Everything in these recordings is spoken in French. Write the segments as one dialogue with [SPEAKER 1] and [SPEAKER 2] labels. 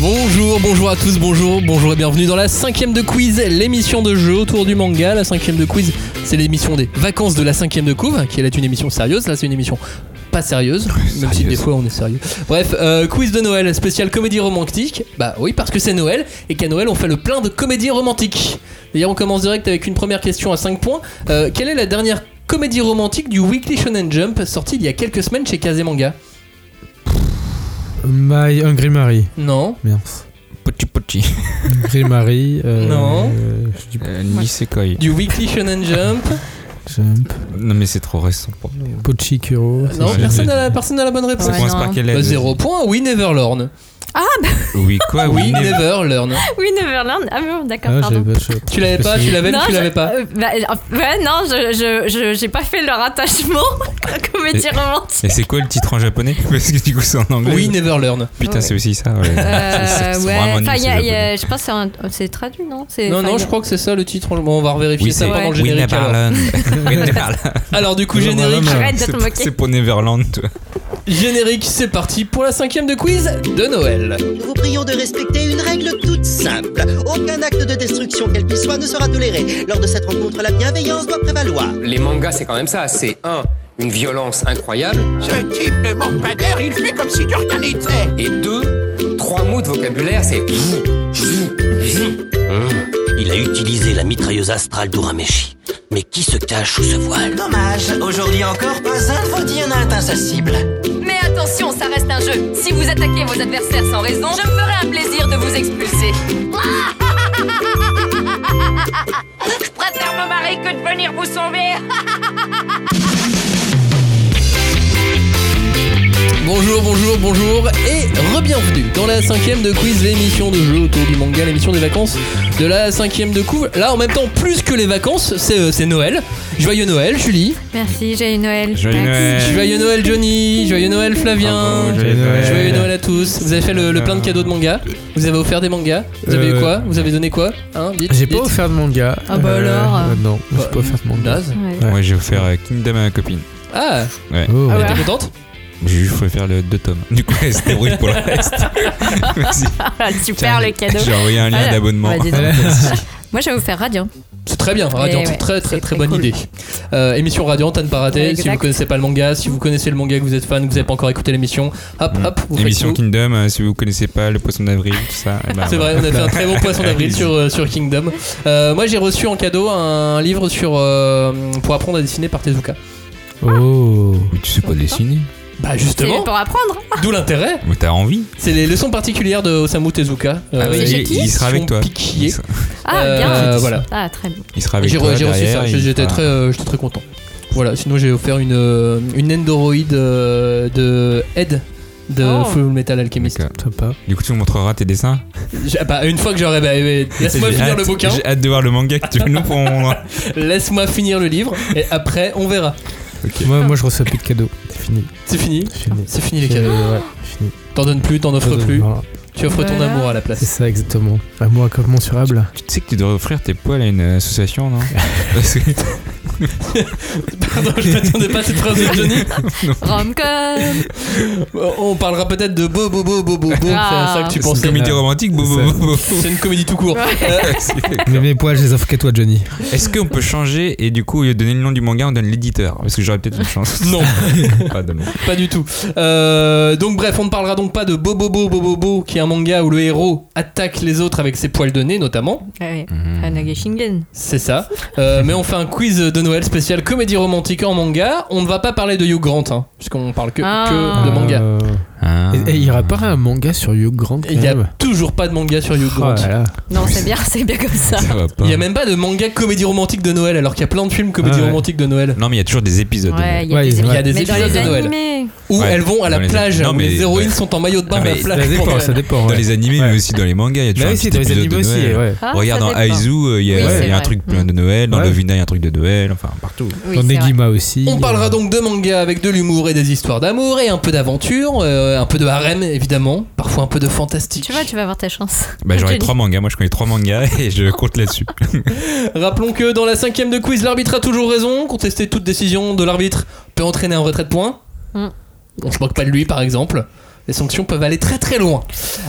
[SPEAKER 1] Bonjour, bonjour à tous, bonjour, bonjour et bienvenue dans la cinquième de quiz, l'émission de jeu autour du manga. La cinquième de quiz, c'est l'émission des vacances de la cinquième de couve, qui est là une émission sérieuse. Là, c'est une émission pas sérieuse, même si des fois on est sérieux. Bref, euh, quiz de Noël, spécial comédie romantique. Bah oui, parce que c'est Noël et qu'à Noël on fait le plein de comédies romantiques. D'ailleurs, on commence direct avec une première question à 5 points. Euh, quelle est la dernière comédie romantique du Weekly Shonen Jump sortie il y a quelques semaines chez Kazemanga
[SPEAKER 2] My Hungry Mary.
[SPEAKER 1] Non,
[SPEAKER 2] Merde.
[SPEAKER 3] Pochi Pochi.
[SPEAKER 2] Hungry Mary. euh,
[SPEAKER 1] Non.
[SPEAKER 2] euh, je dis
[SPEAKER 3] Euh, Nisekoi.
[SPEAKER 1] du Weekly Shonen Jump.
[SPEAKER 2] Jump.
[SPEAKER 3] Non, mais c'est trop récent pour nous.
[SPEAKER 2] Pochi Kuro.
[SPEAKER 1] Non,
[SPEAKER 3] Ouais,
[SPEAKER 1] personne
[SPEAKER 3] j'ai-
[SPEAKER 2] Ah,
[SPEAKER 1] n'a la, personne n'a la bonne réponse.
[SPEAKER 3] Ça
[SPEAKER 4] Ouais,
[SPEAKER 3] commence
[SPEAKER 4] non.
[SPEAKER 3] par quelle
[SPEAKER 1] Bah,
[SPEAKER 3] lettre
[SPEAKER 1] zéro point, oui, never learn.
[SPEAKER 3] Oui, quoi
[SPEAKER 1] Oui,
[SPEAKER 3] Oui,
[SPEAKER 1] never learn.
[SPEAKER 4] Oui, Neverland. Ah bon, d'accord,
[SPEAKER 2] Ah, j'avais
[SPEAKER 4] pardon.
[SPEAKER 2] pas chopé.
[SPEAKER 1] Tu l'avais pas, tu l'avais, mais
[SPEAKER 4] Non,
[SPEAKER 1] tu
[SPEAKER 4] je-
[SPEAKER 1] l'avais pas.
[SPEAKER 4] Euh, bah, euh, ouais, non, je, je, je- j'ai pas fait le rattachement à comédie
[SPEAKER 3] Et-
[SPEAKER 4] romantique.
[SPEAKER 3] Et c'est quoi le titre en japonais Parce que du coup, c'est en anglais.
[SPEAKER 1] Oui, never learn.
[SPEAKER 3] Putain,
[SPEAKER 4] Ouais.
[SPEAKER 3] c'est aussi ça. Ouais.
[SPEAKER 4] Euh,
[SPEAKER 3] C'est- c'est
[SPEAKER 4] ouais,
[SPEAKER 3] vraiment nul,
[SPEAKER 4] enfin,
[SPEAKER 3] ce
[SPEAKER 4] y a- y a-
[SPEAKER 3] japonais.
[SPEAKER 4] je pense que c'est, un- oh, c'est traduit, non c'est,
[SPEAKER 1] Non,
[SPEAKER 4] enfin,
[SPEAKER 1] non,
[SPEAKER 4] y a-
[SPEAKER 1] je crois que c'est ça le titre. Bon, on va vérifier
[SPEAKER 3] Oui,
[SPEAKER 1] ça
[SPEAKER 3] c'est
[SPEAKER 1] pendant le
[SPEAKER 3] We
[SPEAKER 1] générique. Alors,
[SPEAKER 3] Neverland. We Neverland.
[SPEAKER 1] Alors, du coup,
[SPEAKER 2] Non,
[SPEAKER 1] générique,
[SPEAKER 2] non, non,
[SPEAKER 4] Arrête de
[SPEAKER 3] C'est
[SPEAKER 4] te
[SPEAKER 3] pour-
[SPEAKER 4] moquer.
[SPEAKER 3] C'est pour Neverland. toi.
[SPEAKER 1] générique, c'est parti pour la cinquième de quiz de Noël.
[SPEAKER 5] Nous vous prions de respecter une règle toute simple. Aucun acte de destruction, quel qu'il soit, ne sera toléré. Lors de cette rencontre, la bienveillance doit prévaloir.
[SPEAKER 6] les mangas, c'est quand même ça. C'est un, une violence incroyable.
[SPEAKER 7] Ce type ne manque pas d'air, il fait comme si de rien n'était.
[SPEAKER 6] Et deux, trois mots de vocabulaire, c'est vous, vous, vous.
[SPEAKER 8] Il a utilisé la mitrailleuse astrale d'Urameshi. Mais qui se cache sous ce voile
[SPEAKER 5] Dommage, aujourd'hui encore, pas un fauteuil n'a atteint sa cible.
[SPEAKER 9] Mais attention, ça reste un jeu. Si vous attaquez vos adversaires sans raison, je me ferai un plaisir de vous expulser. je préfère me marier que de venir vous sauver.
[SPEAKER 1] Bonjour, bonjour, bonjour et re-bienvenue dans la cinquième de quiz, l'émission de jeu autour du manga, l'émission des vacances de la cinquième de couve. Là, en même temps, plus que les vacances, c'est euh, c'est Noël. Joyeux Noël, Julie.
[SPEAKER 4] Merci, j'ai eu Noël.
[SPEAKER 3] Joyeux
[SPEAKER 4] Merci.
[SPEAKER 3] Noël.
[SPEAKER 1] Joyeux Noël, Johnny. Joyeux Noël, Flavien.
[SPEAKER 3] Bravo, Joyeux Noël.
[SPEAKER 1] Joyeux Noël à tous. Vous avez fait le, le plein de cadeaux de mangas. Vous avez offert des mangas. Vous avez eu
[SPEAKER 2] Euh,
[SPEAKER 1] quoi Vous avez donné quoi Hein Dites,
[SPEAKER 2] J'ai pas
[SPEAKER 1] dites.
[SPEAKER 2] offert de manga.
[SPEAKER 4] Ah bah alors, euh.
[SPEAKER 2] euh, Non, j'ai
[SPEAKER 1] Bah,
[SPEAKER 2] pas offert de manga.
[SPEAKER 1] Naze.
[SPEAKER 4] Ouais.
[SPEAKER 3] Moi, j'ai offert euh, Kingdom à ma copine.
[SPEAKER 1] Ah,
[SPEAKER 3] Ouais.
[SPEAKER 2] Oh.
[SPEAKER 4] Ah
[SPEAKER 1] elle
[SPEAKER 4] ouais.
[SPEAKER 1] était contente
[SPEAKER 3] J'ai juste fait faire le deux tomes. Du coup, elle se débrouille pour le reste. Merci.
[SPEAKER 4] Ah, super le cadeau.
[SPEAKER 3] J'ai envoyé un lien
[SPEAKER 4] Voilà.
[SPEAKER 3] d'abonnement.
[SPEAKER 4] Bah, dis donc.
[SPEAKER 2] Merci.
[SPEAKER 4] Moi, je vais vous faire radio.
[SPEAKER 1] C'est très bien,
[SPEAKER 4] Eh
[SPEAKER 1] Radiant, c'est
[SPEAKER 4] ouais,
[SPEAKER 1] très très très
[SPEAKER 4] c'est très
[SPEAKER 1] bonne
[SPEAKER 4] cool.
[SPEAKER 1] idée. Euh, émission Radiante à ne pas rater,
[SPEAKER 4] Ouais,
[SPEAKER 1] si
[SPEAKER 4] exact.
[SPEAKER 1] vous connaissez pas le manga, si vous connaissez le manga que vous êtes fan, que vous n'avez pas encore écouté l'émission, hop
[SPEAKER 2] Mm.
[SPEAKER 1] hop, vous faites
[SPEAKER 3] Émission
[SPEAKER 1] tout.
[SPEAKER 3] Kingdom, euh, si vous connaissez pas le poisson d'avril, tout ça. eh ben,
[SPEAKER 1] C'est vrai, on a fait un très bon poisson d'avril sur, euh, sur Kingdom. Euh, moi j'ai reçu en cadeau un livre sur euh, pour apprendre à dessiner par Tezuka.
[SPEAKER 2] Oh.
[SPEAKER 3] Mais tu sais pas dessiner.
[SPEAKER 1] Bah
[SPEAKER 4] C'est
[SPEAKER 1] justement,
[SPEAKER 4] pour apprendre.
[SPEAKER 1] d'où l'intérêt.
[SPEAKER 3] Mais t'as envie.
[SPEAKER 1] C'est les leçons particulières de Osamu Tezuka. Euh,
[SPEAKER 4] c'est
[SPEAKER 3] il,
[SPEAKER 4] chez
[SPEAKER 3] il
[SPEAKER 4] qui
[SPEAKER 3] sera
[SPEAKER 1] Sion
[SPEAKER 3] avec toi.
[SPEAKER 1] Piquier.
[SPEAKER 3] Il sera-
[SPEAKER 4] Ah,
[SPEAKER 1] Euh,
[SPEAKER 4] bien.
[SPEAKER 1] voilà.
[SPEAKER 4] Ah, très bien.
[SPEAKER 3] Il sera avec
[SPEAKER 1] J'ai
[SPEAKER 3] toi.
[SPEAKER 1] re- j'ai reçu
[SPEAKER 3] derrière,
[SPEAKER 1] ça,
[SPEAKER 3] il
[SPEAKER 1] j'étais
[SPEAKER 3] fera-
[SPEAKER 1] très, euh, j'étais très content. Voilà, sinon j'ai offert une, euh, une Endoroid euh, de Ed de
[SPEAKER 4] Oh.
[SPEAKER 1] Full Metal Alchemist.
[SPEAKER 3] D'accord.
[SPEAKER 2] Sympa.
[SPEAKER 3] Du coup, tu me montreras tes dessins.
[SPEAKER 1] J'ai- bah, une fois que j'aurai. bah, euh, Laisse-moi
[SPEAKER 3] J'ai
[SPEAKER 1] finir
[SPEAKER 3] hâte-
[SPEAKER 1] le bouquin,
[SPEAKER 3] J'ai hâte de voir le manga que tu veux nous pour mon-
[SPEAKER 1] laisse-moi finir le livre, et après on verra.
[SPEAKER 2] Moi, moi, je reçois plus de cadeaux. C'est fini.
[SPEAKER 1] C'est fini,
[SPEAKER 2] C'est fini.
[SPEAKER 1] c'est fini les
[SPEAKER 2] C'est-
[SPEAKER 1] cadeaux.
[SPEAKER 2] ouais, c'est fini.
[SPEAKER 1] T'en donnes plus, t'en offres plus,
[SPEAKER 2] Voilà.
[SPEAKER 1] tu offres ton
[SPEAKER 4] Voilà.
[SPEAKER 1] amour à la place.
[SPEAKER 2] C'est ça, exactement. Amour incommensurable.
[SPEAKER 3] Tu sais que tu devrais offrir tes poils à une association, non Parce que-
[SPEAKER 1] Pardon, je m'attendais pas à cette phrase de Johnny.
[SPEAKER 4] Romcom.
[SPEAKER 1] On parlera peut-être de Bo Bo Bo Bo Bo Bo, c'est à
[SPEAKER 4] Ah.
[SPEAKER 1] ça que tu
[SPEAKER 3] C'est une
[SPEAKER 1] pensais.
[SPEAKER 3] comédie romantique, bou, bou, bou, bou.
[SPEAKER 1] C'est une comédie tout court.
[SPEAKER 2] Mais mes poils, je les offre qu'à toi, Johnny.
[SPEAKER 3] Est-ce qu'on peut changer et du coup, au lieu de donner le nom du manga, on donne l'éditeur Parce que j'aurais peut-être une chance.
[SPEAKER 1] Non.
[SPEAKER 3] Pas de nom.
[SPEAKER 1] Pas du tout. Euh, donc bref, on ne parlera donc pas de Bobobo Bobobo, qui est un manga où le héros attaque les autres avec ses poils de nez notamment.
[SPEAKER 4] Ouais. Hanage Shingen.
[SPEAKER 1] C'est ça. Euh, mais on fait un quiz de Noël spécial comédie romantique en manga. On ne va pas parler de Hugh Grant, hein, puisqu'on parle que,
[SPEAKER 4] Ah.
[SPEAKER 1] que de manga.
[SPEAKER 2] Euh,
[SPEAKER 3] Ah.
[SPEAKER 2] et- et il y aura pas un manga sur Hugh Grant quand
[SPEAKER 1] Il n'y a
[SPEAKER 2] même
[SPEAKER 1] toujours pas de manga sur Hugh
[SPEAKER 2] Oh
[SPEAKER 1] Grant.
[SPEAKER 2] là là.
[SPEAKER 4] Non, c'est bien, c'est bien comme ça.
[SPEAKER 3] Ça va pas.
[SPEAKER 1] Il n'y a même pas de manga comédie romantique de Noël, alors qu'il y a plein de films comédie
[SPEAKER 2] Ah ouais.
[SPEAKER 1] romantique de Noël.
[SPEAKER 3] Non, mais il y a toujours des épisodes. de
[SPEAKER 4] Ouais, il y a
[SPEAKER 2] Ouais,
[SPEAKER 4] des
[SPEAKER 2] ils-
[SPEAKER 1] Il y a
[SPEAKER 4] épisodes.
[SPEAKER 1] des
[SPEAKER 4] Mais dans
[SPEAKER 1] épisodes
[SPEAKER 4] les
[SPEAKER 1] de Noël.
[SPEAKER 4] animés. Ah,
[SPEAKER 1] Où
[SPEAKER 3] Ouais.
[SPEAKER 1] elles vont à la
[SPEAKER 3] Dans les-
[SPEAKER 1] plage,
[SPEAKER 3] non,
[SPEAKER 1] où
[SPEAKER 3] mais-
[SPEAKER 1] les héroïnes
[SPEAKER 3] ouais.
[SPEAKER 1] sont en maillot de bain
[SPEAKER 3] Ah,
[SPEAKER 1] à la
[SPEAKER 3] mais
[SPEAKER 1] plage.
[SPEAKER 2] Ça dépend,
[SPEAKER 1] pour
[SPEAKER 2] ça
[SPEAKER 1] Noël.
[SPEAKER 2] dépend.
[SPEAKER 3] Dans
[SPEAKER 2] ouais.
[SPEAKER 3] les animés,
[SPEAKER 2] Ouais.
[SPEAKER 3] mais aussi dans les mangas, il y a toujours
[SPEAKER 2] Bah
[SPEAKER 3] un
[SPEAKER 2] oui,
[SPEAKER 3] petit
[SPEAKER 2] c'est dans les
[SPEAKER 3] épisode
[SPEAKER 2] animés
[SPEAKER 3] de
[SPEAKER 2] aussi.
[SPEAKER 3] Noël.
[SPEAKER 2] Ouais.
[SPEAKER 4] Ah,
[SPEAKER 3] Regarde
[SPEAKER 4] ça
[SPEAKER 3] dans
[SPEAKER 4] dépend.
[SPEAKER 3] Aizu, euh, il y a,
[SPEAKER 4] Oui,
[SPEAKER 3] il y a
[SPEAKER 4] c'est
[SPEAKER 3] un
[SPEAKER 4] vrai.
[SPEAKER 3] truc plein de Noël, dans
[SPEAKER 2] Ouais.
[SPEAKER 3] Lovina, il y a un truc de Noël, enfin partout.
[SPEAKER 4] Oui,
[SPEAKER 2] Dans
[SPEAKER 4] c'est vrai.
[SPEAKER 2] Negima aussi.
[SPEAKER 1] On parlera
[SPEAKER 2] euh,
[SPEAKER 1] donc de manga avec de l'humour et des histoires d'amour et un peu d'aventure, euh, un peu de harem évidemment, parfois un peu de fantastique.
[SPEAKER 4] Tu vois, tu vas avoir ta chance.
[SPEAKER 3] Bah, j'aurais
[SPEAKER 4] Johnny.
[SPEAKER 3] trois mangas, moi je connais trois mangas et je compte là-dessus.
[SPEAKER 1] Rappelons que dans la cinquième de quiz, l'arbitre a toujours raison. Contester toute décision de l'arbitre peut entraîner un retrait de points.
[SPEAKER 4] Mm.
[SPEAKER 1] On se moque pas de lui par exemple. Les sanctions peuvent aller très très loin.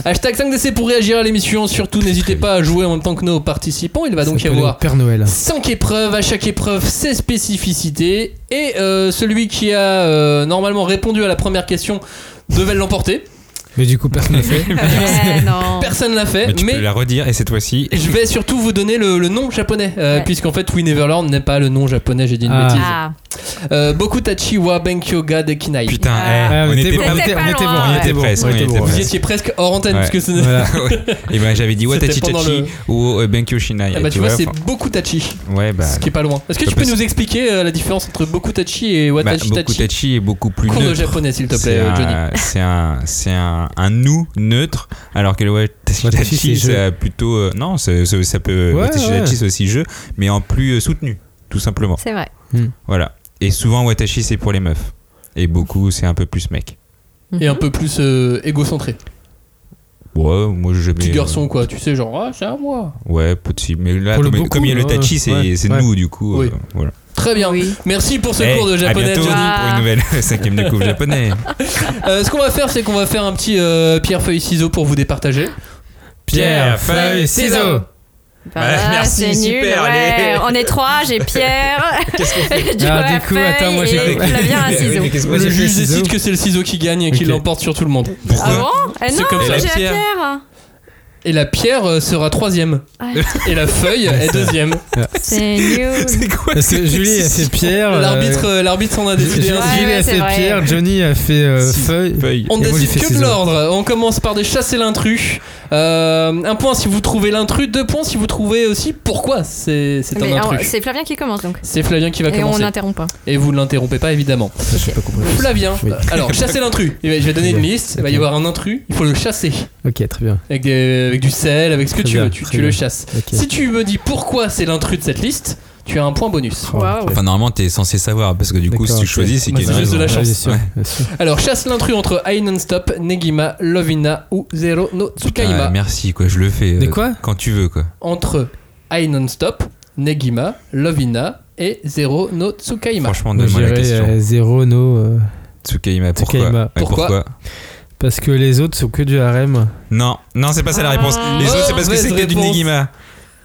[SPEAKER 1] Hashtag 5DC pour réagir à l'émission. Surtout, n'hésitez pas à jouer en même temps que nos participants. Il va donc y
[SPEAKER 2] s'appelle
[SPEAKER 1] avoir
[SPEAKER 2] le Père Noël.
[SPEAKER 1] 5 épreuves, à chaque épreuve ses spécificités. Et euh, celui qui a euh, normalement répondu à la première question devait l'emporter.
[SPEAKER 2] Mais du coup, personne ne fait.
[SPEAKER 4] Ouais, non.
[SPEAKER 1] Personne l'a fait,
[SPEAKER 3] Mais tu
[SPEAKER 1] mais,
[SPEAKER 3] peux la redire et cette fois-ci.
[SPEAKER 1] je vais surtout vous donner le, le nom japonais. euh,
[SPEAKER 4] Ouais.
[SPEAKER 1] Puisqu'en fait, We Neverland n'est pas le nom japonais, j'ai dit une
[SPEAKER 2] Ah.
[SPEAKER 1] bêtise.
[SPEAKER 4] Ah,
[SPEAKER 1] Euh, Bokutachi wa Benkyo ga Dekinai.
[SPEAKER 3] Putain,
[SPEAKER 4] Ah.
[SPEAKER 3] eh,
[SPEAKER 2] Ah,
[SPEAKER 3] on était
[SPEAKER 2] bon,
[SPEAKER 3] pas.
[SPEAKER 4] C'était pas
[SPEAKER 2] était
[SPEAKER 4] loin,
[SPEAKER 2] bon,
[SPEAKER 4] ouais.
[SPEAKER 2] on était bon,
[SPEAKER 3] Presque,
[SPEAKER 2] on
[SPEAKER 3] on
[SPEAKER 2] était
[SPEAKER 3] était
[SPEAKER 2] bon.
[SPEAKER 1] Vous
[SPEAKER 3] presque.
[SPEAKER 1] y étiez presque hors antenne,
[SPEAKER 3] Ouais.
[SPEAKER 1] parce que c'est.
[SPEAKER 2] Voilà.
[SPEAKER 3] Et ben j'avais dit Watachi
[SPEAKER 1] C'était pendant
[SPEAKER 3] Chachi ou euh, Benkyo Shinai.
[SPEAKER 1] Ah bah, tu vois, c'est
[SPEAKER 3] enfin,
[SPEAKER 1] Bokutachi,
[SPEAKER 3] Ouais, bah.
[SPEAKER 1] ce qui est pas loin. Est-ce que
[SPEAKER 3] Bah,
[SPEAKER 1] tu peux
[SPEAKER 3] parce-
[SPEAKER 1] nous expliquer euh, la différence entre Bokutachi et
[SPEAKER 3] bah,
[SPEAKER 1] Watashi Tachi
[SPEAKER 3] Bokutachi est beaucoup plus
[SPEAKER 1] Cours de
[SPEAKER 3] neutre.
[SPEAKER 1] japonais, s'il te plaît,
[SPEAKER 3] C'est
[SPEAKER 1] euh,
[SPEAKER 3] un-
[SPEAKER 1] Johnny.
[SPEAKER 3] C'est un, c'est un, un nous neutre, alors que le Watashi
[SPEAKER 2] Watashi,
[SPEAKER 3] Tachi,
[SPEAKER 2] c'est jeu.
[SPEAKER 3] c'est plutôt. euh, non, c'est- c'est- ça peut.
[SPEAKER 2] Ouais,
[SPEAKER 3] Watashi
[SPEAKER 2] ouais.
[SPEAKER 3] Tachi, c'est aussi jeu, mais en plus euh, soutenu, tout simplement.
[SPEAKER 4] c'est vrai.
[SPEAKER 3] Voilà. Et souvent, Watashi, c'est pour les meufs. Et beaucoup, c'est un peu plus mec.
[SPEAKER 1] Et un peu plus euh, égocentré.
[SPEAKER 3] Ouais, moi, je euh,
[SPEAKER 1] Petit
[SPEAKER 3] mais,
[SPEAKER 1] garçon, quoi, tu sais, genre, ah, c'est à moi.
[SPEAKER 3] euh, ouais, petit. Mais là,
[SPEAKER 2] Pour le
[SPEAKER 3] comme,
[SPEAKER 2] beaucoup,
[SPEAKER 3] comme il y a le
[SPEAKER 2] ouais,
[SPEAKER 3] Tachi, c'est
[SPEAKER 2] ouais.
[SPEAKER 3] c'est
[SPEAKER 2] Ouais.
[SPEAKER 3] nous, du coup.
[SPEAKER 1] Oui.
[SPEAKER 3] euh, voilà.
[SPEAKER 1] Très bien.
[SPEAKER 4] Oui.
[SPEAKER 1] Merci pour ce
[SPEAKER 3] Eh,
[SPEAKER 1] cours de
[SPEAKER 3] à
[SPEAKER 1] japonais,
[SPEAKER 3] bientôt
[SPEAKER 1] Johnny.
[SPEAKER 3] pour une nouvelle cinquième de coupe japonais.
[SPEAKER 1] Euh, ce qu'on va faire, c'est qu'on va faire un petit euh, pierre, feuille, ciseaux pour vous départager.
[SPEAKER 2] Pierre, feuille, ciseaux.
[SPEAKER 4] Bah,
[SPEAKER 3] Ouais, merci,
[SPEAKER 4] c'est nul.
[SPEAKER 3] super,
[SPEAKER 4] ouais.
[SPEAKER 3] allez.
[SPEAKER 4] On est trois, j'ai Pierre. Joe
[SPEAKER 2] Ah, du
[SPEAKER 4] à
[SPEAKER 2] coup,
[SPEAKER 4] feuille
[SPEAKER 2] attends, moi, j'ai
[SPEAKER 4] et
[SPEAKER 2] compris.
[SPEAKER 4] Flavien à ciseaux.
[SPEAKER 3] qu'est-ce que
[SPEAKER 2] Le
[SPEAKER 1] Le
[SPEAKER 3] c'est
[SPEAKER 1] juge
[SPEAKER 2] ciseaux.
[SPEAKER 1] décide que c'est le ciseau qui gagne et qui
[SPEAKER 2] Ok.
[SPEAKER 1] l'emporte sur tout le monde.
[SPEAKER 4] Ah
[SPEAKER 3] Pourquoi
[SPEAKER 4] bon Eh
[SPEAKER 1] C'est
[SPEAKER 4] non,
[SPEAKER 1] comme
[SPEAKER 4] j'ai
[SPEAKER 3] ça.
[SPEAKER 4] à
[SPEAKER 3] Et la pierre.
[SPEAKER 4] Pierre.
[SPEAKER 1] Et la pierre euh, sera troisième.
[SPEAKER 4] Ah.
[SPEAKER 1] Et la feuille est deuxième.
[SPEAKER 4] C'est nul.
[SPEAKER 3] C'est quoi
[SPEAKER 2] Parce que
[SPEAKER 3] cette
[SPEAKER 2] Julie a fait Pierre. euh,
[SPEAKER 1] L'arbitre euh, l'arbitre s'en a décidé.
[SPEAKER 2] Julie
[SPEAKER 1] ainsi.
[SPEAKER 4] Ouais, ouais,
[SPEAKER 2] a
[SPEAKER 4] c'est
[SPEAKER 2] fait
[SPEAKER 4] vrai.
[SPEAKER 2] Pierre, Johnny a fait euh,
[SPEAKER 3] Si.
[SPEAKER 2] feuille.
[SPEAKER 3] feuille
[SPEAKER 1] On
[SPEAKER 2] Et moi,
[SPEAKER 1] décide
[SPEAKER 2] j'ai fait
[SPEAKER 1] que de
[SPEAKER 2] ciseaux.
[SPEAKER 1] l'ordre. On commence par des chasser l'intrus. Euh, un point si vous trouvez l'intrus, deux points si vous trouvez aussi pourquoi c'est c'est
[SPEAKER 4] Mais
[SPEAKER 1] un
[SPEAKER 4] alors,
[SPEAKER 1] intrus.
[SPEAKER 4] C'est Flavien qui commence donc.
[SPEAKER 1] Euh, C'est Flavien qui va
[SPEAKER 4] Et on
[SPEAKER 1] commencer.
[SPEAKER 4] n'interrompt pas.
[SPEAKER 1] Et vous ne l'interrompez pas évidemment.
[SPEAKER 2] Je sais pas compris.
[SPEAKER 1] Flavien,
[SPEAKER 2] Oui.
[SPEAKER 1] euh, alors chasser l'intrus. Eh ben, Je vais donner une liste. Il va y avoir un intrus. Il faut le chasser
[SPEAKER 2] Ok, très bien.
[SPEAKER 1] avec, des- avec du sel, avec ce que
[SPEAKER 2] Très
[SPEAKER 1] tu
[SPEAKER 2] bien,
[SPEAKER 1] veux. Tu,
[SPEAKER 2] très
[SPEAKER 1] tu le
[SPEAKER 2] bien.
[SPEAKER 1] chasses.
[SPEAKER 2] Ok.
[SPEAKER 1] Si tu me dis pourquoi c'est l'intrus de cette liste, tu as un point bonus.
[SPEAKER 2] Oh,
[SPEAKER 4] Waouh.
[SPEAKER 2] ok.
[SPEAKER 3] Enfin, normalement, t'es censé savoir parce que du coup,
[SPEAKER 2] D'accord,
[SPEAKER 3] si tu
[SPEAKER 2] ok.
[SPEAKER 3] choisis, c'est
[SPEAKER 1] Bah,
[SPEAKER 3] qu'il y a
[SPEAKER 1] c'est
[SPEAKER 3] une
[SPEAKER 1] juste de
[SPEAKER 3] raison.
[SPEAKER 1] la
[SPEAKER 2] Ouais,
[SPEAKER 1] chance.
[SPEAKER 2] bien sûr,
[SPEAKER 3] Ouais.
[SPEAKER 2] bien sûr.
[SPEAKER 1] Alors chasse l'intrus entre Ai non stop, Negima, Lovina ou Zero no Tsukaima.
[SPEAKER 3] Ah, merci, quoi, je le fais.
[SPEAKER 2] Des
[SPEAKER 3] euh,
[SPEAKER 2] quoi
[SPEAKER 3] Quand tu veux, quoi.
[SPEAKER 1] entre Ai non stop, Negima, Lovina et Zero no Tsukaima.
[SPEAKER 3] Franchement,
[SPEAKER 2] Moi,
[SPEAKER 3] donne-moi la
[SPEAKER 2] j'irais,
[SPEAKER 3] question.
[SPEAKER 2] euh, zéro, no. euh,
[SPEAKER 3] Tsukaima, pourquoi
[SPEAKER 2] Tsukaima.
[SPEAKER 3] Ouais, pourquoi,
[SPEAKER 1] Pourquoi
[SPEAKER 2] Parce que les autres sont que du harem.
[SPEAKER 3] Non, non, c'est pas ça la réponse.
[SPEAKER 4] Ah.
[SPEAKER 3] Les autres, c'est
[SPEAKER 2] Oh,
[SPEAKER 3] parce que
[SPEAKER 1] Mauvaise
[SPEAKER 3] c'est que du
[SPEAKER 1] réponse.
[SPEAKER 3] Negima.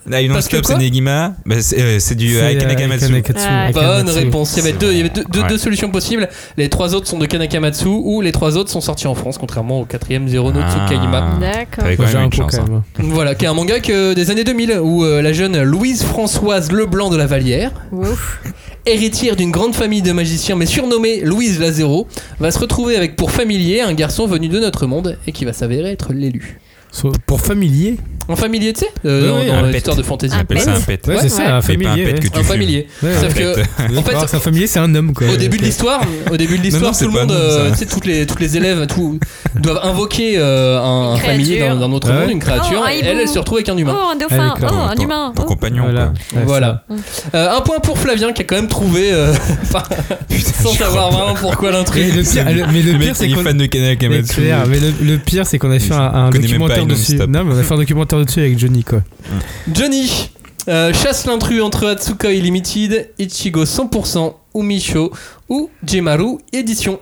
[SPEAKER 3] Là, il non
[SPEAKER 1] Parce que
[SPEAKER 3] stop,
[SPEAKER 1] quoi
[SPEAKER 3] c'est Negima. Bah, c'est euh, c'est du
[SPEAKER 2] C'est, euh,
[SPEAKER 3] Aike Nakamatsu.
[SPEAKER 2] Kanakatsu,
[SPEAKER 4] Ouais.
[SPEAKER 2] Aike
[SPEAKER 1] Bonne
[SPEAKER 2] Nakamatsu.
[SPEAKER 1] réponse. Il y avait,
[SPEAKER 3] C'est
[SPEAKER 1] deux, il y avait
[SPEAKER 3] vrai.
[SPEAKER 1] deux, deux-
[SPEAKER 3] Ouais.
[SPEAKER 1] deux solutions possibles. Les trois autres sont de Kanakamatsu ou les trois autres sont sortis en France, contrairement au quatrième Zero no
[SPEAKER 3] Ah.
[SPEAKER 1] Tsukaima.
[SPEAKER 4] D'accord.
[SPEAKER 3] T'avais quand
[SPEAKER 2] Moi, j'ai
[SPEAKER 3] même
[SPEAKER 2] un
[SPEAKER 3] une
[SPEAKER 2] pot
[SPEAKER 3] chance.
[SPEAKER 2] quand
[SPEAKER 3] hein.
[SPEAKER 2] même.
[SPEAKER 1] Voilà, qui est un manga que, des années 2000 où euh, la jeune Louise-Françoise Leblanc de la Vallière,
[SPEAKER 4] Ouf.
[SPEAKER 1] héritière d'une grande famille de magiciens mais surnommée Louise Lazero, va se retrouver avec pour familier un garçon venu de notre monde et qui va s'avérer être l'élu.
[SPEAKER 2] So- Pour familier
[SPEAKER 1] Un familier, tu sais, euh,
[SPEAKER 2] Oui,
[SPEAKER 1] dans-
[SPEAKER 2] oui,
[SPEAKER 1] dans
[SPEAKER 3] un
[SPEAKER 1] l'histoire
[SPEAKER 3] pet.
[SPEAKER 1] de fantaisie.
[SPEAKER 4] Un
[SPEAKER 3] Appelle ça un
[SPEAKER 4] pet.
[SPEAKER 3] pet.
[SPEAKER 2] Ouais,
[SPEAKER 1] Ouais,
[SPEAKER 2] c'est ça, un
[SPEAKER 3] Mais pas un
[SPEAKER 2] familier.
[SPEAKER 3] pet que
[SPEAKER 2] ouais.
[SPEAKER 3] tu
[SPEAKER 1] Un
[SPEAKER 3] fumes.
[SPEAKER 1] familier.
[SPEAKER 2] Ouais,
[SPEAKER 1] Sauf
[SPEAKER 2] ouais.
[SPEAKER 1] que
[SPEAKER 2] Ouais,
[SPEAKER 1] en fait,
[SPEAKER 2] alors, c'est un familier, c'est un homme quoi.
[SPEAKER 1] Au début de l'histoire, au début de l'histoire,
[SPEAKER 3] non, c'est
[SPEAKER 1] tout le
[SPEAKER 3] pas
[SPEAKER 1] monde,
[SPEAKER 3] nous,
[SPEAKER 1] euh,
[SPEAKER 3] ça.
[SPEAKER 1] tu sais, toutes les toutes les élèves, tout, doivent invoquer euh, un,
[SPEAKER 4] Une
[SPEAKER 1] un familier
[SPEAKER 4] créature.
[SPEAKER 1] d'un d'un autre
[SPEAKER 2] Ouais.
[SPEAKER 1] monde, une créature.
[SPEAKER 4] Oh, un
[SPEAKER 1] et
[SPEAKER 4] hibou.
[SPEAKER 1] elle, elle se retrouve avec un
[SPEAKER 4] Oh,
[SPEAKER 1] humain.
[SPEAKER 4] un dauphin.
[SPEAKER 2] Ah,
[SPEAKER 4] Oh,
[SPEAKER 2] d'accord.
[SPEAKER 4] un
[SPEAKER 3] Ton-
[SPEAKER 4] humain.
[SPEAKER 3] Ton
[SPEAKER 4] Oh.
[SPEAKER 3] compagnon,
[SPEAKER 2] Voilà.
[SPEAKER 3] quoi.
[SPEAKER 2] Ouais,
[SPEAKER 1] voilà. Euh, un point pour Flavien qui a quand même trouvé, euh, enfin, sans
[SPEAKER 3] je
[SPEAKER 1] savoir vraiment pourquoi
[SPEAKER 2] ça. Et
[SPEAKER 1] l'intrigue.
[SPEAKER 2] le pire- le- Mais le
[SPEAKER 3] Le mec,
[SPEAKER 2] pire, c'est
[SPEAKER 3] il est
[SPEAKER 2] qu'on
[SPEAKER 3] fan de Kana
[SPEAKER 2] Mais
[SPEAKER 3] Kamatsu.
[SPEAKER 2] clair, mais le, le pire c'est qu'on a fait
[SPEAKER 3] Je
[SPEAKER 2] un, un
[SPEAKER 3] connais même
[SPEAKER 2] documentaire
[SPEAKER 3] pas Iron
[SPEAKER 2] dessus.
[SPEAKER 3] Stop.
[SPEAKER 2] Non, mais on a fait un documentaire dessus avec Johnny quoi.
[SPEAKER 1] Johnny euh, chasse l'intrus entre Hatsukoi Limited, Ichigo 100%, Umisho ou Jemaru Edition.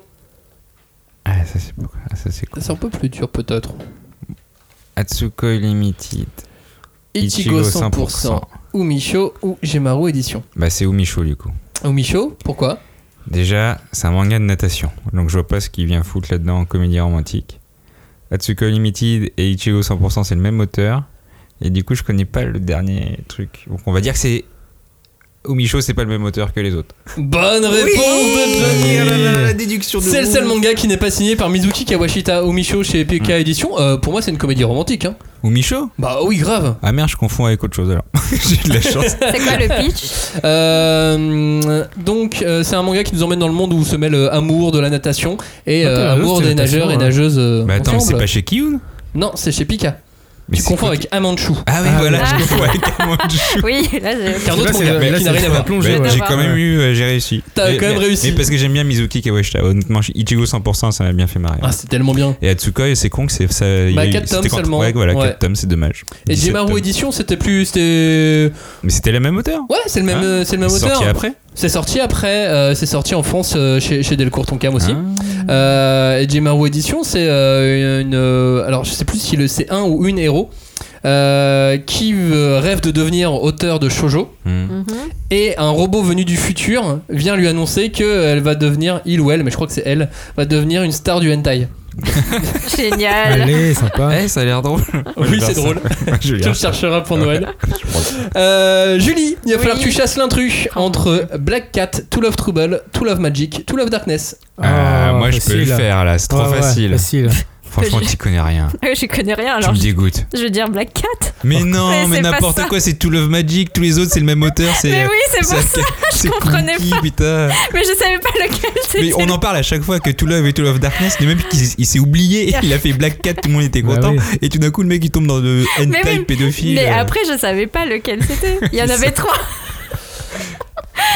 [SPEAKER 3] Ah, ça, c'est pourquoi Ah, ça, c'est quoi
[SPEAKER 1] C'est un peu plus dur peut-être.
[SPEAKER 3] Atsuko Limited.
[SPEAKER 1] Ichigo 100%, Umisho ou Jemaru Edition.
[SPEAKER 3] Bah, c'est Umisho, du coup.
[SPEAKER 1] Umisho, pourquoi
[SPEAKER 3] Déjà, c'est un manga de natation, donc je vois pas ce qu'il vient foutre là-dedans en comédie romantique. Atsuko Limited et Ichigo 100% c'est le même auteur, et du coup je connais pas le dernier truc. Donc on va dire que c'est... Umisho c'est pas le même auteur que les autres.
[SPEAKER 1] Bonne réponse de Johnny ah
[SPEAKER 2] Oh là là, la
[SPEAKER 3] déduction
[SPEAKER 1] C'est le seul manga qui n'est pas signé par Mizuki Kawashita Omisho chez PK Edition. Euh, pour moi, c'est une comédie romantique. Hein.
[SPEAKER 3] Umisho
[SPEAKER 1] Bah oui, grave.
[SPEAKER 3] Ah merde, je confonds avec autre chose alors. J'ai eu de la chance.
[SPEAKER 4] C'est quoi le pitch
[SPEAKER 1] Euh, donc, euh, c'est un manga qui nous emmène dans le monde où se mêle euh, amour de la natation et
[SPEAKER 2] Ah,
[SPEAKER 1] euh,
[SPEAKER 2] t'as raison,
[SPEAKER 1] amour
[SPEAKER 2] c'était
[SPEAKER 1] des
[SPEAKER 2] natation,
[SPEAKER 1] nageurs et
[SPEAKER 2] hein.
[SPEAKER 1] nageuses. euh,
[SPEAKER 3] Mais Bah, attends, mais c'est
[SPEAKER 1] ensemble.
[SPEAKER 3] pas chez Kiyun
[SPEAKER 1] Non, c'est chez Pika.
[SPEAKER 3] Mais
[SPEAKER 1] tu
[SPEAKER 3] c'est
[SPEAKER 1] confonds
[SPEAKER 3] quoi-
[SPEAKER 1] avec Amanchu.
[SPEAKER 3] Ah oui,
[SPEAKER 2] Ah,
[SPEAKER 3] voilà, je
[SPEAKER 4] oui.
[SPEAKER 3] confonds avec Amanchu.
[SPEAKER 4] Oui, là j'ai.
[SPEAKER 1] Car
[SPEAKER 2] Là,
[SPEAKER 1] d'autres
[SPEAKER 2] c'est-
[SPEAKER 1] mangas
[SPEAKER 2] là,
[SPEAKER 1] qui n'a
[SPEAKER 2] c'est-
[SPEAKER 1] rien à
[SPEAKER 2] faut
[SPEAKER 1] voir.
[SPEAKER 2] plonger,
[SPEAKER 3] Ouais,
[SPEAKER 2] ouais.
[SPEAKER 3] J'ai quand même eu, euh, j'ai réussi.
[SPEAKER 1] T'as
[SPEAKER 3] Mais-
[SPEAKER 1] quand même
[SPEAKER 3] mais-
[SPEAKER 1] réussi.
[SPEAKER 3] Mais parce que j'aime bien Mizuki Kawashita. Honnêtement, Ichigo 100%, ça m'a bien fait marrer.
[SPEAKER 1] Ah, c'est tellement bien.
[SPEAKER 3] Et Atsukoi, c'est con que c'est ça. il
[SPEAKER 1] Bah,
[SPEAKER 3] est-
[SPEAKER 1] quatre
[SPEAKER 3] c'était
[SPEAKER 1] tomes
[SPEAKER 3] quand-
[SPEAKER 1] seulement.
[SPEAKER 3] Ouais, voilà,
[SPEAKER 1] Ouais.
[SPEAKER 3] 4 tomes, c'est dommage.
[SPEAKER 1] Et
[SPEAKER 3] 17
[SPEAKER 1] Jemaru
[SPEAKER 3] tomes.
[SPEAKER 1] Edition, c'était plus. c'était-
[SPEAKER 3] Mais c'était le même auteur.
[SPEAKER 1] Ouais, c'est le même,
[SPEAKER 3] Hein
[SPEAKER 1] euh, c'est le même
[SPEAKER 3] Il est
[SPEAKER 1] auteur.
[SPEAKER 3] sorti après.
[SPEAKER 1] C'est sorti après, euh, c'est sorti en France euh, chez, chez Delcourt Tonkam aussi.
[SPEAKER 3] Hein
[SPEAKER 1] Euh, et Jim Harwood Edition, c'est euh, une, euh, alors je sais plus si le c'est un ou une héros euh, qui euh, rêve de devenir auteur de shojo
[SPEAKER 3] Hmm.
[SPEAKER 4] Mhm.
[SPEAKER 1] et un robot venu du futur vient lui annoncer que euh, elle va devenir il ou elle, mais je crois que c'est elle, va devenir une star du hentai.
[SPEAKER 4] Génial.
[SPEAKER 2] Allez, sympa.
[SPEAKER 3] Eh, ça a l'air drôle.
[SPEAKER 1] Oui,
[SPEAKER 3] Je vais
[SPEAKER 1] c'est
[SPEAKER 3] faire
[SPEAKER 1] drôle.
[SPEAKER 3] ça. Je vais
[SPEAKER 1] Tu le
[SPEAKER 3] faire ça.
[SPEAKER 1] chercheras pour
[SPEAKER 3] Ouais.
[SPEAKER 1] Noël.
[SPEAKER 3] Je crois.
[SPEAKER 1] Euh, Julie, il va
[SPEAKER 4] Oui.
[SPEAKER 1] falloir que tu chasses l'intrus entre Black Cat, To Love Trouble, To Love Magic, To Love Darkness.
[SPEAKER 3] Ah, moi, je peux le
[SPEAKER 2] Oh, facile. Ah,
[SPEAKER 3] faire là, c'est trop
[SPEAKER 2] Ouais, ouais,
[SPEAKER 3] facile.
[SPEAKER 2] facile.
[SPEAKER 3] Franchement,
[SPEAKER 4] Que j'ai-
[SPEAKER 3] tu connais rien.
[SPEAKER 4] Euh, J'y connais rien
[SPEAKER 3] Tu
[SPEAKER 4] alors.
[SPEAKER 3] me
[SPEAKER 4] Je
[SPEAKER 3] dégoûtes.
[SPEAKER 4] je veux dire Black Cat.
[SPEAKER 3] Mais non,
[SPEAKER 4] Mais
[SPEAKER 3] mais
[SPEAKER 4] c'est pas
[SPEAKER 3] n'importe
[SPEAKER 4] ça.
[SPEAKER 3] quoi, c'est tout Love Magic, tous les autres, c'est le même auteur. c'est-
[SPEAKER 4] Mais oui, c'est pour ça.
[SPEAKER 3] Je
[SPEAKER 4] comprenais pas.
[SPEAKER 3] Putain.
[SPEAKER 4] Mais je savais pas lequel
[SPEAKER 3] Mais
[SPEAKER 4] c'était.
[SPEAKER 3] on en parle à chaque fois que To Love et To Love Darkness, le mec il, il s'est oublié, il a fait Black Cat, tout le monde était
[SPEAKER 2] Bah
[SPEAKER 3] content,
[SPEAKER 2] oui.
[SPEAKER 3] et tout d'un coup le mec il tombe dans le hentai
[SPEAKER 4] Mais oui,
[SPEAKER 3] pédophile.
[SPEAKER 4] Mais
[SPEAKER 3] euh,
[SPEAKER 4] après, je savais pas lequel c'était. Il y en avait trois.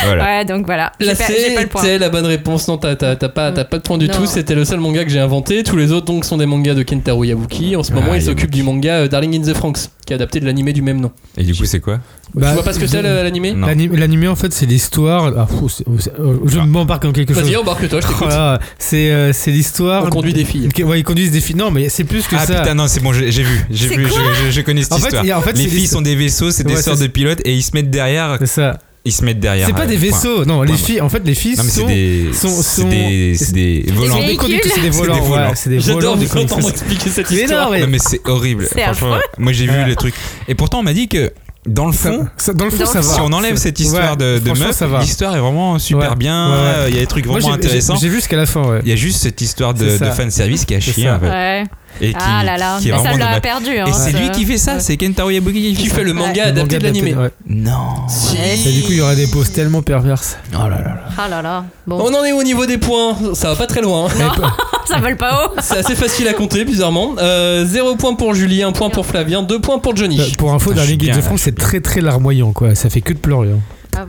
[SPEAKER 3] voilà.
[SPEAKER 4] Ouais, donc voilà. J'ai
[SPEAKER 1] Là,
[SPEAKER 4] pas, j'ai pas le point.
[SPEAKER 1] c'était la bonne réponse. Non, t'as t'as- t'as pas, t'as pas de point du
[SPEAKER 4] Non.
[SPEAKER 1] tout. C'était le seul manga que j'ai inventé. Tous les autres, donc, sont des mangas de Kentaro Yabuki. En ce
[SPEAKER 3] Ah,
[SPEAKER 1] moment, il
[SPEAKER 3] Yabuki.
[SPEAKER 1] s'occupe du manga euh, Darling in the Franxx, qui est adapté de l'animé du même nom.
[SPEAKER 3] Et du coup c'est quoi
[SPEAKER 2] Bah,
[SPEAKER 1] tu vois pas ce que c'est le- l'animé
[SPEAKER 3] Non.
[SPEAKER 2] l'anim- L'animé, en fait, c'est l'histoire. Ah, fou, c'est- c'est- euh, je
[SPEAKER 3] Ah.
[SPEAKER 2] m'embarque dans quelque chose.
[SPEAKER 1] Vas-y, embarque-toi, je t'écoute.
[SPEAKER 2] Oh là, c'est euh, c'est l'histoire.
[SPEAKER 1] On conduit des filles.
[SPEAKER 2] Ok, ouais, ils conduisent des filles. Non, mais c'est plus que
[SPEAKER 3] Ah
[SPEAKER 2] ça.
[SPEAKER 3] putain non c'est bon j'ai j'ai vu, j'ai
[SPEAKER 4] C'est
[SPEAKER 3] vu,
[SPEAKER 4] quoi
[SPEAKER 3] je, je- je connais cette
[SPEAKER 2] En fait,
[SPEAKER 3] histoire.
[SPEAKER 2] il y a- en fait,
[SPEAKER 3] les
[SPEAKER 2] c'est
[SPEAKER 3] filles
[SPEAKER 2] l'histo-
[SPEAKER 3] sont des vaisseaux, c'est des
[SPEAKER 2] Ouais,
[SPEAKER 3] sortes
[SPEAKER 2] c'est-
[SPEAKER 3] de pilotes et ils se mettent derrière,
[SPEAKER 2] C'est ça.
[SPEAKER 3] ils se mettent derrière.
[SPEAKER 2] C'est pas
[SPEAKER 3] euh,
[SPEAKER 2] des
[SPEAKER 3] point.
[SPEAKER 2] vaisseaux. Non, les
[SPEAKER 3] Point.
[SPEAKER 2] filles. En fait, les filles
[SPEAKER 3] Non mais c'est
[SPEAKER 2] sont.
[SPEAKER 3] des,
[SPEAKER 2] sont-
[SPEAKER 3] c'est
[SPEAKER 2] sont-
[SPEAKER 3] des, c'est des volants.
[SPEAKER 2] Des
[SPEAKER 4] véhicules.
[SPEAKER 2] conducteurs, c'est des
[SPEAKER 3] C'est des
[SPEAKER 2] volants.
[SPEAKER 3] volants.
[SPEAKER 2] ouais, C'est des volants.
[SPEAKER 1] J'adore
[SPEAKER 2] de
[SPEAKER 1] vous
[SPEAKER 2] conducteurs.
[SPEAKER 1] entendre expliquer cette
[SPEAKER 2] Mais
[SPEAKER 1] histoire.
[SPEAKER 2] non, mais-
[SPEAKER 3] Non mais c'est horrible.
[SPEAKER 4] C'est
[SPEAKER 3] Franchement,
[SPEAKER 4] affreux.
[SPEAKER 3] moi j'ai vu
[SPEAKER 2] Ouais.
[SPEAKER 3] le truc. Et pourtant on m'a dit que dans le fond,
[SPEAKER 2] Ça- dans le fond,
[SPEAKER 4] Dans
[SPEAKER 2] ça
[SPEAKER 4] le
[SPEAKER 2] va.
[SPEAKER 3] si on enlève
[SPEAKER 2] C'est-
[SPEAKER 3] cette histoire
[SPEAKER 2] ouais,
[SPEAKER 3] de, de
[SPEAKER 2] franchement,
[SPEAKER 3] meuf,
[SPEAKER 2] ça va.
[SPEAKER 3] l'histoire est vraiment super
[SPEAKER 2] Ouais.
[SPEAKER 3] bien.
[SPEAKER 2] Ouais, ouais.
[SPEAKER 3] euh, Il y a des trucs
[SPEAKER 2] Moi,
[SPEAKER 3] vraiment
[SPEAKER 2] j'ai-
[SPEAKER 3] intéressants.
[SPEAKER 2] j'ai- J'ai vu jusqu'à la fin, ouais.
[SPEAKER 3] Il y a juste cette histoire de,
[SPEAKER 2] C'est ça.
[SPEAKER 3] de fanservice qui a
[SPEAKER 2] C'est
[SPEAKER 3] chier
[SPEAKER 2] ça.
[SPEAKER 3] en fait.
[SPEAKER 4] Ouais.
[SPEAKER 3] Et qui,
[SPEAKER 4] ah là là.
[SPEAKER 3] qui est
[SPEAKER 4] Mais ça,
[SPEAKER 3] vraiment
[SPEAKER 4] je l'aurais
[SPEAKER 3] dommage.
[SPEAKER 4] perdu. hein,
[SPEAKER 3] Et c'est
[SPEAKER 4] ça.
[SPEAKER 3] lui qui fait ça,
[SPEAKER 4] Ouais.
[SPEAKER 3] c'est Kentaro Yabuki
[SPEAKER 1] Qui fait le manga
[SPEAKER 2] Ah, Le
[SPEAKER 1] adapté
[SPEAKER 2] manga
[SPEAKER 1] de l'animé.
[SPEAKER 2] adapté, ouais. Ah,
[SPEAKER 3] Non.
[SPEAKER 2] Et du coup, il y aura des poses tellement perverses.
[SPEAKER 4] Ah là là. Bon,
[SPEAKER 3] Oh
[SPEAKER 1] On en est au niveau des points, ça va pas très loin. hein.
[SPEAKER 4] ça vole pas haut.
[SPEAKER 3] Ah,
[SPEAKER 1] C'est assez facile à compter, bizarrement. 0 point pour Julie, 1 point pour Flavien, 2 points pour Johnny.
[SPEAKER 2] Euh, Pour info,
[SPEAKER 3] Putain, je
[SPEAKER 2] Darling
[SPEAKER 3] suis
[SPEAKER 2] in
[SPEAKER 3] bien,
[SPEAKER 2] the France, c'est très très larmoyant, quoi. Ça fait que de pleurer. hein.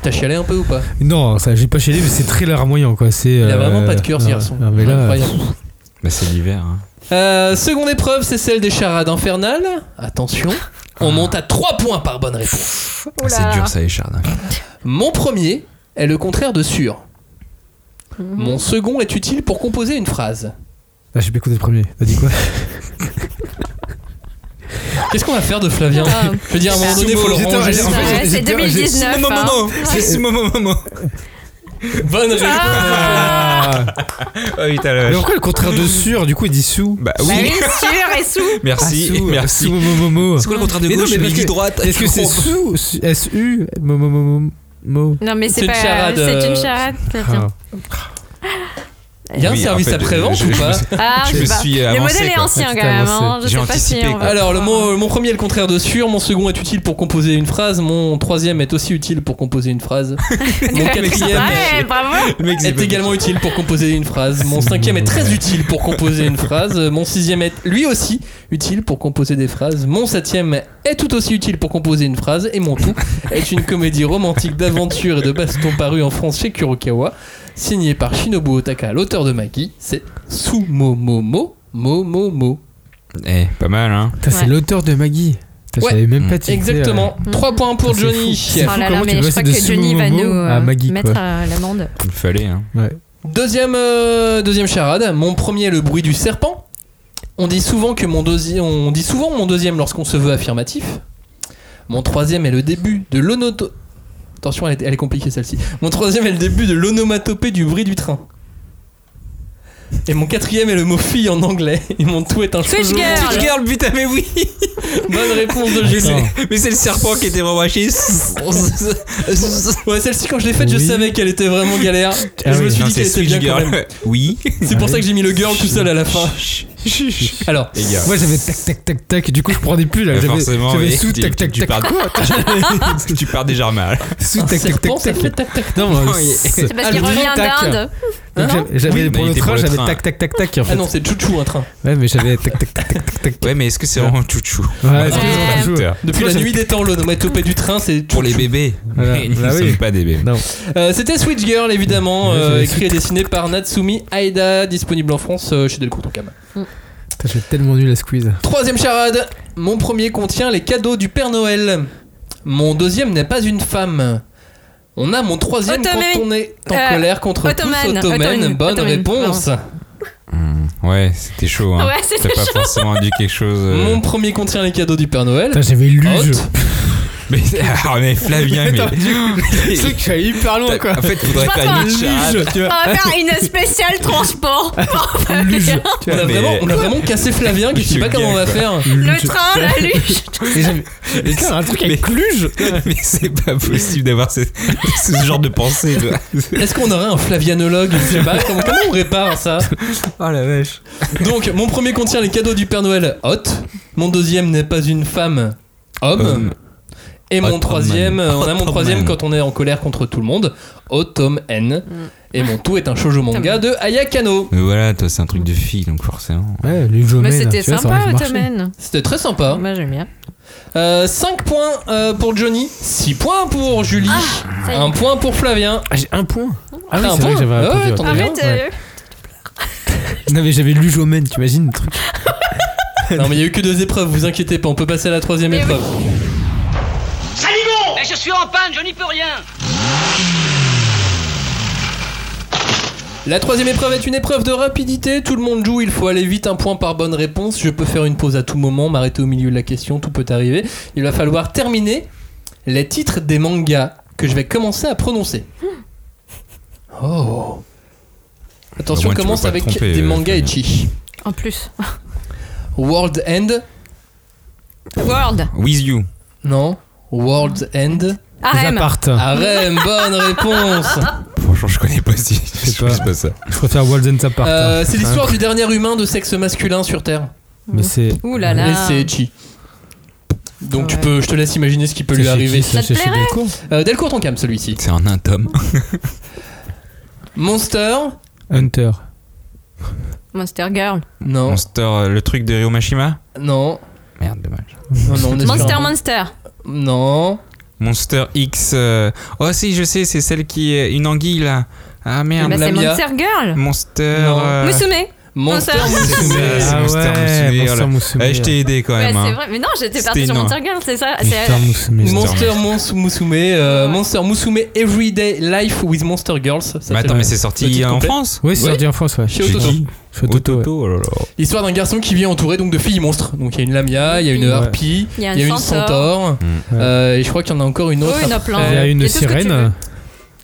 [SPEAKER 1] T'as chialé un peu ou pas
[SPEAKER 2] Non, ça, j'ai pas chialé, mais c'est très larmoyant, quoi. C'est.
[SPEAKER 1] Il a vraiment pas de cœur, ce
[SPEAKER 2] Euh, non,
[SPEAKER 1] garçon.
[SPEAKER 2] non, mais là,
[SPEAKER 1] Incroyable.
[SPEAKER 3] Bah c'est l'hiver. hein.
[SPEAKER 1] Euh, seconde épreuve, c'est celle des charades infernales. Attention,
[SPEAKER 2] Ah.
[SPEAKER 1] on monte à 3 points par bonne réponse.
[SPEAKER 4] Oula.
[SPEAKER 3] C'est dur ça, Richard.
[SPEAKER 1] Mon premier est le contraire de sûr. Mon second est utile pour composer une phrase.
[SPEAKER 2] Ah, j'ai pas écouté le premier. T'as dit quoi
[SPEAKER 1] Qu'est-ce qu'on va faire de Flavien
[SPEAKER 4] Ah.
[SPEAKER 1] Je veux dire, à un moment donné, faut le
[SPEAKER 2] J'étais-
[SPEAKER 1] ranger.
[SPEAKER 2] j'étais-
[SPEAKER 1] En fait,
[SPEAKER 4] Ouais,
[SPEAKER 2] j'ai-
[SPEAKER 4] c'est
[SPEAKER 2] j'ai peur, j'ai-
[SPEAKER 4] 2019.
[SPEAKER 3] Momo
[SPEAKER 4] hein.
[SPEAKER 3] Momo C'est Sumomo Momo
[SPEAKER 1] Bonne réponse.
[SPEAKER 2] Ah
[SPEAKER 3] Oh putain, la
[SPEAKER 2] Mais
[SPEAKER 3] vache.
[SPEAKER 2] pourquoi le contraire de sûr Du coup, il dit sous.
[SPEAKER 3] Bah
[SPEAKER 4] Bah
[SPEAKER 3] oui
[SPEAKER 4] oui, sûr et sous.
[SPEAKER 3] Merci,
[SPEAKER 2] Ah, sous,
[SPEAKER 3] merci.
[SPEAKER 2] Sous, mo, mo, mo, mo.
[SPEAKER 3] quoi le contraire de
[SPEAKER 2] Mais non, mais parce que-
[SPEAKER 3] droite
[SPEAKER 2] Est-ce que c'est sous su- S-U mo, mo, mo, mo, mo.
[SPEAKER 4] Non, mais
[SPEAKER 1] C'est une
[SPEAKER 4] c'est pas.
[SPEAKER 1] charade,
[SPEAKER 4] C'est
[SPEAKER 1] euh,
[SPEAKER 4] une charade.
[SPEAKER 2] Ah.
[SPEAKER 1] Il y a un
[SPEAKER 3] Oui, en
[SPEAKER 1] service
[SPEAKER 3] fait,
[SPEAKER 1] après-vente
[SPEAKER 3] je-
[SPEAKER 1] ou
[SPEAKER 3] je-
[SPEAKER 1] pas
[SPEAKER 4] Ah,
[SPEAKER 3] Je me
[SPEAKER 4] sais pas.
[SPEAKER 3] suis
[SPEAKER 4] Le
[SPEAKER 3] avancé,
[SPEAKER 4] modèle est
[SPEAKER 3] quoi.
[SPEAKER 4] ancien
[SPEAKER 2] C'était
[SPEAKER 4] quand même. hein.
[SPEAKER 2] avancé.
[SPEAKER 4] Je
[SPEAKER 3] J'ai
[SPEAKER 4] sais pas si
[SPEAKER 3] anticipé,
[SPEAKER 4] on va.
[SPEAKER 3] quoi.
[SPEAKER 1] Alors, le, mon, mon premier est le contraire de sûr, mon second est utile pour composer une phrase, mon troisième est aussi utile pour composer une phrase, mon quatrième
[SPEAKER 4] Ouais, bravo.
[SPEAKER 3] Le mec, c'est
[SPEAKER 1] est
[SPEAKER 3] pas-
[SPEAKER 1] également utile pour composer une phrase, mon cinquième est très utile pour composer une phrase, mon sixième est lui aussi utile pour composer des phrases, mon septième est tout aussi utile pour composer une phrase, et mon tout est une comédie romantique d'aventure et de baston parue en France chez Kurokawa, signée par Shinobu Otaka, l'auteur de Maki, c'est Sumomomo Momomo.
[SPEAKER 3] Eh, pas mal hein.
[SPEAKER 2] Putain, C'est
[SPEAKER 4] Ouais.
[SPEAKER 2] l'auteur de Maggie. Putain,
[SPEAKER 1] Ouais. Mm.
[SPEAKER 2] J'avais même pas tilté,
[SPEAKER 1] Exactement,
[SPEAKER 4] euh,
[SPEAKER 1] 3 points pour
[SPEAKER 2] c'est fou.
[SPEAKER 1] Johnny.
[SPEAKER 2] C'est fou
[SPEAKER 4] Oh là
[SPEAKER 2] comment tu
[SPEAKER 4] là, mais
[SPEAKER 2] peux
[SPEAKER 4] je
[SPEAKER 2] passer
[SPEAKER 4] crois
[SPEAKER 2] de
[SPEAKER 4] que Johnny va
[SPEAKER 2] Sumomomo
[SPEAKER 4] nous
[SPEAKER 2] à
[SPEAKER 4] euh,
[SPEAKER 2] Maggie,
[SPEAKER 4] mettre
[SPEAKER 2] quoi.
[SPEAKER 4] euh, l'amende.
[SPEAKER 3] Il fallait hein.
[SPEAKER 1] Deuxième, euh, deuxième charade. Mon premier est le bruit du serpent. On dit souvent que mon deuxième, on dit souvent mon deuxième lorsqu'on se veut affirmatif. Mon troisième est le début de l'onoto. Attention, elle est, elle est compliquée celle-ci. Mon troisième est le début de l'onomatopée du bruit du train. Et mon quatrième est le mot fille en anglais. Et mon tout est un
[SPEAKER 4] Twitch
[SPEAKER 1] shoujo.
[SPEAKER 4] girl.
[SPEAKER 1] Twitch girl.
[SPEAKER 3] Girl, putain, mais oui
[SPEAKER 1] Bonne réponse de Julie.
[SPEAKER 2] euh, Attends.
[SPEAKER 3] Mais c'est le serpent qui était vraiment haché.
[SPEAKER 1] Ouais, celle-ci quand je l'ai faite, je
[SPEAKER 2] Oui.
[SPEAKER 1] savais qu'elle était vraiment galère. Et
[SPEAKER 2] Ah
[SPEAKER 1] je me
[SPEAKER 2] oui.
[SPEAKER 1] suis
[SPEAKER 3] Non,
[SPEAKER 1] dit
[SPEAKER 3] c'est
[SPEAKER 1] qu'elle était bien
[SPEAKER 3] Switch
[SPEAKER 1] quand même.
[SPEAKER 3] Girl. Oui.
[SPEAKER 1] C'est pour ça que j'ai mis le girl tout seul à la fin. Alors,
[SPEAKER 3] Les gars.
[SPEAKER 2] Moi j'avais tac tac tac tac, et du coup je prenais plus là. Euh, J'avais
[SPEAKER 3] forcément,
[SPEAKER 2] j'avais
[SPEAKER 3] oui,
[SPEAKER 2] sous
[SPEAKER 3] tu-
[SPEAKER 2] tac
[SPEAKER 3] tu-
[SPEAKER 2] tac
[SPEAKER 3] tu
[SPEAKER 2] tac.
[SPEAKER 3] pars-
[SPEAKER 2] Quoi
[SPEAKER 3] tu pars déjà mal.
[SPEAKER 2] Sous
[SPEAKER 1] un
[SPEAKER 2] tac tac
[SPEAKER 1] serpent,
[SPEAKER 2] tac
[SPEAKER 1] ça fait
[SPEAKER 2] tac.
[SPEAKER 1] tac tac.
[SPEAKER 2] Non,
[SPEAKER 3] Non,
[SPEAKER 2] moi,
[SPEAKER 3] il-
[SPEAKER 2] c'est-
[SPEAKER 4] C'est parce qu'il
[SPEAKER 2] Ah, le
[SPEAKER 4] revient
[SPEAKER 2] tac.
[SPEAKER 4] d'inde.
[SPEAKER 2] Donc,
[SPEAKER 1] Hein
[SPEAKER 2] j'avais- J'avais
[SPEAKER 3] Oui, mais
[SPEAKER 2] pour
[SPEAKER 3] il
[SPEAKER 2] le
[SPEAKER 3] était
[SPEAKER 2] train,
[SPEAKER 3] pour le
[SPEAKER 2] j'avais
[SPEAKER 3] train.
[SPEAKER 2] tac tac tac tac en
[SPEAKER 1] Ah
[SPEAKER 2] fait.
[SPEAKER 1] non, c'est Chouchou un train.
[SPEAKER 2] Ouais, mais j'avais tac tac tac tac tac.
[SPEAKER 3] Ouais, Ah, mais est-ce que c'est vraiment chouchou
[SPEAKER 2] Ouais,
[SPEAKER 4] Ouais.
[SPEAKER 2] excusez-moi, toujours.
[SPEAKER 1] Depuis la nuit des temps, l'onomatopée du train, c'est
[SPEAKER 3] Pour les
[SPEAKER 1] Chouchou.
[SPEAKER 3] bébés.
[SPEAKER 2] Voilà.
[SPEAKER 3] Mais Nous ne
[SPEAKER 2] Bah oui.
[SPEAKER 3] sommes pas des bébés.
[SPEAKER 2] Non.
[SPEAKER 1] Euh, C'était Switch Girl, évidemment,
[SPEAKER 2] Ouais,
[SPEAKER 1] euh,
[SPEAKER 2] j'avais
[SPEAKER 1] écrit et dessiné par Natsumi Aida, disponible en France euh, chez Delcourt Tonkam.
[SPEAKER 2] Putain, J'ai tellement nul la squeeze.
[SPEAKER 1] Troisième charade. Mon premier contient les cadeaux du Père Noël. Mon deuxième n'est pas une femme. On a mon troisième
[SPEAKER 4] Ottoman.
[SPEAKER 1] quand on est en
[SPEAKER 4] Euh,
[SPEAKER 1] colère contre tous.
[SPEAKER 4] Ottoman,
[SPEAKER 1] Ottoman,
[SPEAKER 4] Ottoman,
[SPEAKER 1] bonne
[SPEAKER 4] Ottoman,
[SPEAKER 1] réponse.
[SPEAKER 3] Hmm, Ouais, c'était chaud. Hein.
[SPEAKER 4] Ouais, c'était
[SPEAKER 3] T'as pas forcément dit quelque chose. euh,
[SPEAKER 1] Mon premier contient les cadeaux du Père Noël.
[SPEAKER 2] Putain, j'avais lu.
[SPEAKER 1] Hot.
[SPEAKER 2] je-
[SPEAKER 3] Mais, ah, mais Flavien, mais.
[SPEAKER 2] Attends, C'est que
[SPEAKER 1] euh,
[SPEAKER 2] j'allais hyper loin, quoi.
[SPEAKER 3] En fait, faudrait
[SPEAKER 4] Je
[SPEAKER 3] faire une
[SPEAKER 4] pense
[SPEAKER 3] autre charade.
[SPEAKER 2] Luge, tu
[SPEAKER 4] On
[SPEAKER 2] vois.
[SPEAKER 4] va faire une spéciale transport. pour faire
[SPEAKER 2] Luge. tu
[SPEAKER 1] On
[SPEAKER 2] vois.
[SPEAKER 1] a,
[SPEAKER 3] Mais-
[SPEAKER 1] vraiment, on a vraiment cassé Flavien qui
[SPEAKER 3] Je
[SPEAKER 1] sait pas
[SPEAKER 3] suis
[SPEAKER 1] comment on va
[SPEAKER 3] gag, quoi.
[SPEAKER 1] faire.
[SPEAKER 4] Le
[SPEAKER 2] Luge.
[SPEAKER 4] train, la luge.
[SPEAKER 2] Et j'avais- Putain, un truc avec luge.
[SPEAKER 3] Mais c'est pas possible d'avoir ce, ce genre de pensée. Toi.
[SPEAKER 1] Est-ce qu'on aurait un flavianologue Je sais pas, comment, comment on répare ça
[SPEAKER 3] Oh la vache.
[SPEAKER 1] Donc, mon premier contient les cadeaux du Père Noël, hot. Mon deuxième n'est pas une femme, homme.
[SPEAKER 2] Euh,
[SPEAKER 3] Homme.
[SPEAKER 1] Et mon
[SPEAKER 3] Ottoman.
[SPEAKER 1] troisième, euh, on a mon
[SPEAKER 3] Ottoman.
[SPEAKER 1] troisième quand on est en colère contre tout le monde, Autumn N.
[SPEAKER 4] Mm.
[SPEAKER 1] Et mon tout est un shoujo manga de Ayakano.
[SPEAKER 3] Mais Euh, voilà, toi, c'est un truc de fille, donc forcément.
[SPEAKER 2] Ouais, luge au
[SPEAKER 4] Mais
[SPEAKER 2] Maine,
[SPEAKER 4] c'était
[SPEAKER 2] tu vois, ça aurait
[SPEAKER 4] sympa,
[SPEAKER 2] marché.
[SPEAKER 4] Ottoman.
[SPEAKER 1] C'était très sympa.
[SPEAKER 4] Moi, j'aime bien.
[SPEAKER 1] 5 points euh, pour Johnny, 6 points pour Julie,
[SPEAKER 4] Ah, ça y est.
[SPEAKER 1] 1 point pour Flavien.
[SPEAKER 2] Ah, j'ai un point. Ah oui,
[SPEAKER 1] T'as un
[SPEAKER 2] c'est vrai
[SPEAKER 1] point
[SPEAKER 2] que j'avais
[SPEAKER 1] Ah ouais,
[SPEAKER 2] répondu.
[SPEAKER 1] t'en as
[SPEAKER 2] ouais.
[SPEAKER 1] bien.
[SPEAKER 4] Arrête, euh,
[SPEAKER 2] Non, mais j'avais luge au Maine, t'imagines le truc.
[SPEAKER 1] Non mais il y a eu que deux épreuves, vous inquiétez pas, on peut passer à la troisième
[SPEAKER 4] Mais
[SPEAKER 1] épreuve.
[SPEAKER 10] Mais je suis en panne, je n'y peux rien
[SPEAKER 1] La troisième épreuve est une épreuve de rapidité, tout le monde joue, il faut aller vite, un point par bonne réponse. Je peux faire une pause à tout moment, m'arrêter au milieu de la question, tout peut arriver. Il va falloir terminer les titres des mangas que je vais commencer à prononcer. Oh. Attention,
[SPEAKER 3] Au moins, tu
[SPEAKER 1] commence
[SPEAKER 3] peux pas te
[SPEAKER 1] avec
[SPEAKER 3] tromper,
[SPEAKER 1] des
[SPEAKER 3] euh,
[SPEAKER 1] mangas
[SPEAKER 3] Flavien.
[SPEAKER 1] Echi.
[SPEAKER 4] euh, En plus.
[SPEAKER 1] World End
[SPEAKER 4] World.
[SPEAKER 3] With you.
[SPEAKER 1] Non. World's End.
[SPEAKER 2] Les
[SPEAKER 4] harem.
[SPEAKER 2] appartes.
[SPEAKER 3] Ah.
[SPEAKER 1] Arem, bonne réponse.
[SPEAKER 3] Franchement, je connais pas si. Je
[SPEAKER 2] pas.
[SPEAKER 3] connais pas ça.
[SPEAKER 2] Je préfère Walden Apart.
[SPEAKER 1] Euh, c'est l'histoire du dernier humain de sexe masculin sur Terre.
[SPEAKER 2] Mais c'est.
[SPEAKER 4] Ouh là
[SPEAKER 1] Et
[SPEAKER 4] là.
[SPEAKER 1] c'est Echi. Donc tu
[SPEAKER 4] Ouais.
[SPEAKER 1] peux, je te laisse imaginer ce qui peut
[SPEAKER 2] c'est
[SPEAKER 1] lui
[SPEAKER 2] chez
[SPEAKER 1] arriver.
[SPEAKER 2] qui, ça,
[SPEAKER 4] Ça te
[SPEAKER 2] c'est chez
[SPEAKER 4] plairait
[SPEAKER 2] Delcourt
[SPEAKER 1] Euh, Delcourt en cam celui-ci.
[SPEAKER 3] C'est en un tome.
[SPEAKER 1] Monster
[SPEAKER 2] Hunter.
[SPEAKER 4] Monster Girl.
[SPEAKER 1] Non,
[SPEAKER 3] Monster, euh, le truc de Ryomashima
[SPEAKER 1] non,
[SPEAKER 3] Merde, dommage.
[SPEAKER 1] non, non, on est
[SPEAKER 4] Monster
[SPEAKER 1] sur un-
[SPEAKER 4] Monster.
[SPEAKER 1] Non,
[SPEAKER 3] Monster X. euh, Oh, si, je sais, c'est celle qui est une anguille là. Ah
[SPEAKER 4] Eh
[SPEAKER 3] merde.
[SPEAKER 4] ben, c'est
[SPEAKER 1] Lamia.
[SPEAKER 4] Monster Girl.
[SPEAKER 3] Monster.
[SPEAKER 1] Non.
[SPEAKER 3] euh,
[SPEAKER 4] Musume.
[SPEAKER 1] Monster
[SPEAKER 4] Monster
[SPEAKER 3] c'est ça,
[SPEAKER 1] Musume.
[SPEAKER 3] c'est
[SPEAKER 2] Ah
[SPEAKER 3] Monster
[SPEAKER 2] ouais,
[SPEAKER 3] Musume,
[SPEAKER 2] Monster
[SPEAKER 3] voilà.
[SPEAKER 2] Musume.
[SPEAKER 3] Ouais, Eh, je t'ai aidé quand
[SPEAKER 4] Ouais,
[SPEAKER 3] même.
[SPEAKER 4] c'est
[SPEAKER 3] hein.
[SPEAKER 4] vrai. Mais non, j'étais
[SPEAKER 3] C'était
[SPEAKER 4] partie sur
[SPEAKER 3] une-
[SPEAKER 4] Monster Girl, c'est ça. Ah, c'est- euh,
[SPEAKER 2] Monster Musume. c'est-
[SPEAKER 1] Monster
[SPEAKER 3] Monster
[SPEAKER 1] Mons- Musume, euh,
[SPEAKER 4] Ouais.
[SPEAKER 1] Monster Musume Everyday Life with Monster Girls. Ça,
[SPEAKER 3] Mais
[SPEAKER 1] c'est
[SPEAKER 3] attends,
[SPEAKER 1] le-
[SPEAKER 3] mais c'est
[SPEAKER 1] le
[SPEAKER 3] sorti
[SPEAKER 1] titre
[SPEAKER 3] en
[SPEAKER 1] complet.
[SPEAKER 3] France
[SPEAKER 2] Oui, c'est
[SPEAKER 1] Ouais.
[SPEAKER 2] sorti en France, ouais.
[SPEAKER 1] Chez Ototo.
[SPEAKER 3] qui
[SPEAKER 2] Chez Ototo, ouais.
[SPEAKER 3] Ototo, oh là là.
[SPEAKER 1] L'histoire d'un garçon qui vit entouré donc de filles monstres. Donc il y a une lamia, il y a une
[SPEAKER 2] Ouais.
[SPEAKER 1] harpie,
[SPEAKER 4] Il y a
[SPEAKER 1] il y a
[SPEAKER 4] une euh,
[SPEAKER 1] une
[SPEAKER 4] centaure.
[SPEAKER 1] centaure,
[SPEAKER 3] Mm.
[SPEAKER 2] Ouais.
[SPEAKER 1] euh, et je crois qu'il y en a encore une
[SPEAKER 4] Oh,
[SPEAKER 1] autre.
[SPEAKER 4] il y en a
[SPEAKER 1] après.
[SPEAKER 4] plein.
[SPEAKER 2] Il y a
[SPEAKER 4] Il y
[SPEAKER 2] une
[SPEAKER 4] a tout ce que tu
[SPEAKER 2] sirène.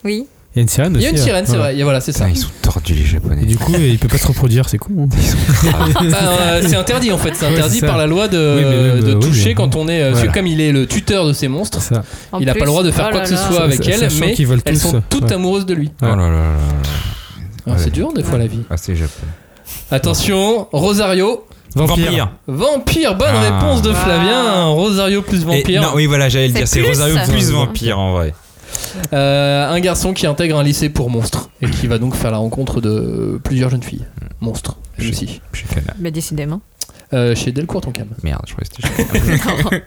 [SPEAKER 4] Oui.
[SPEAKER 2] Il y a une sirène
[SPEAKER 1] Il
[SPEAKER 2] aussi.
[SPEAKER 1] y a une
[SPEAKER 2] ouais.
[SPEAKER 1] sirène, c'est
[SPEAKER 2] Ouais.
[SPEAKER 1] vrai, et voilà, c'est ça.
[SPEAKER 3] Putain, ils sont tordus les
[SPEAKER 2] Et
[SPEAKER 3] japonais.
[SPEAKER 2] du coup, il peut pas se reproduire, c'est con. hein.
[SPEAKER 1] Bah, euh, c'est interdit en fait, c'est
[SPEAKER 2] Ouais,
[SPEAKER 1] interdit
[SPEAKER 2] c'est ça.
[SPEAKER 1] par la loi de,
[SPEAKER 2] Oui, mais même,
[SPEAKER 1] de
[SPEAKER 2] euh, oui,
[SPEAKER 1] toucher
[SPEAKER 2] mais-
[SPEAKER 1] quand on est. euh, parce que
[SPEAKER 2] Voilà.
[SPEAKER 1] Comme il est le tuteur de ces monstres,
[SPEAKER 2] Ça.
[SPEAKER 4] En
[SPEAKER 1] il a pas le
[SPEAKER 4] plus.
[SPEAKER 1] droit de faire
[SPEAKER 4] Oh
[SPEAKER 1] quoi
[SPEAKER 4] là
[SPEAKER 1] que ce
[SPEAKER 4] là.
[SPEAKER 1] soit avec
[SPEAKER 2] Sa-
[SPEAKER 1] elle,
[SPEAKER 2] sachant
[SPEAKER 1] mais
[SPEAKER 2] qu'ils veulent
[SPEAKER 1] elles
[SPEAKER 2] tous,
[SPEAKER 1] sont toutes
[SPEAKER 2] ouais.
[SPEAKER 1] amoureuses de lui.
[SPEAKER 3] Oh là là là là.
[SPEAKER 1] Alors, c'est
[SPEAKER 3] Ouais.
[SPEAKER 1] dur des fois la vie.
[SPEAKER 3] Ah, c'est japonais.
[SPEAKER 1] Attention, Rosario.
[SPEAKER 2] Vampire.
[SPEAKER 1] Vampire, bonne
[SPEAKER 3] Ah.
[SPEAKER 1] réponse de
[SPEAKER 4] Wow.
[SPEAKER 1] Flavien. Rosario plus
[SPEAKER 3] Et
[SPEAKER 1] vampire.
[SPEAKER 3] non, oui, voilà, j'allais le
[SPEAKER 4] C'est
[SPEAKER 3] dire, c'est
[SPEAKER 4] plus.
[SPEAKER 3] Rosario plus
[SPEAKER 4] Ouais.
[SPEAKER 3] vampire en vrai.
[SPEAKER 1] Euh, un garçon qui intègre un lycée pour monstres et qui va donc faire la rencontre de plusieurs jeunes filles. Monstres, elles
[SPEAKER 3] Je-
[SPEAKER 1] aussi.
[SPEAKER 3] Je suis canard.
[SPEAKER 4] Bah, décidément.
[SPEAKER 1] Euh, chez Delcourt, ton cam.
[SPEAKER 3] Merde, je crois que c'était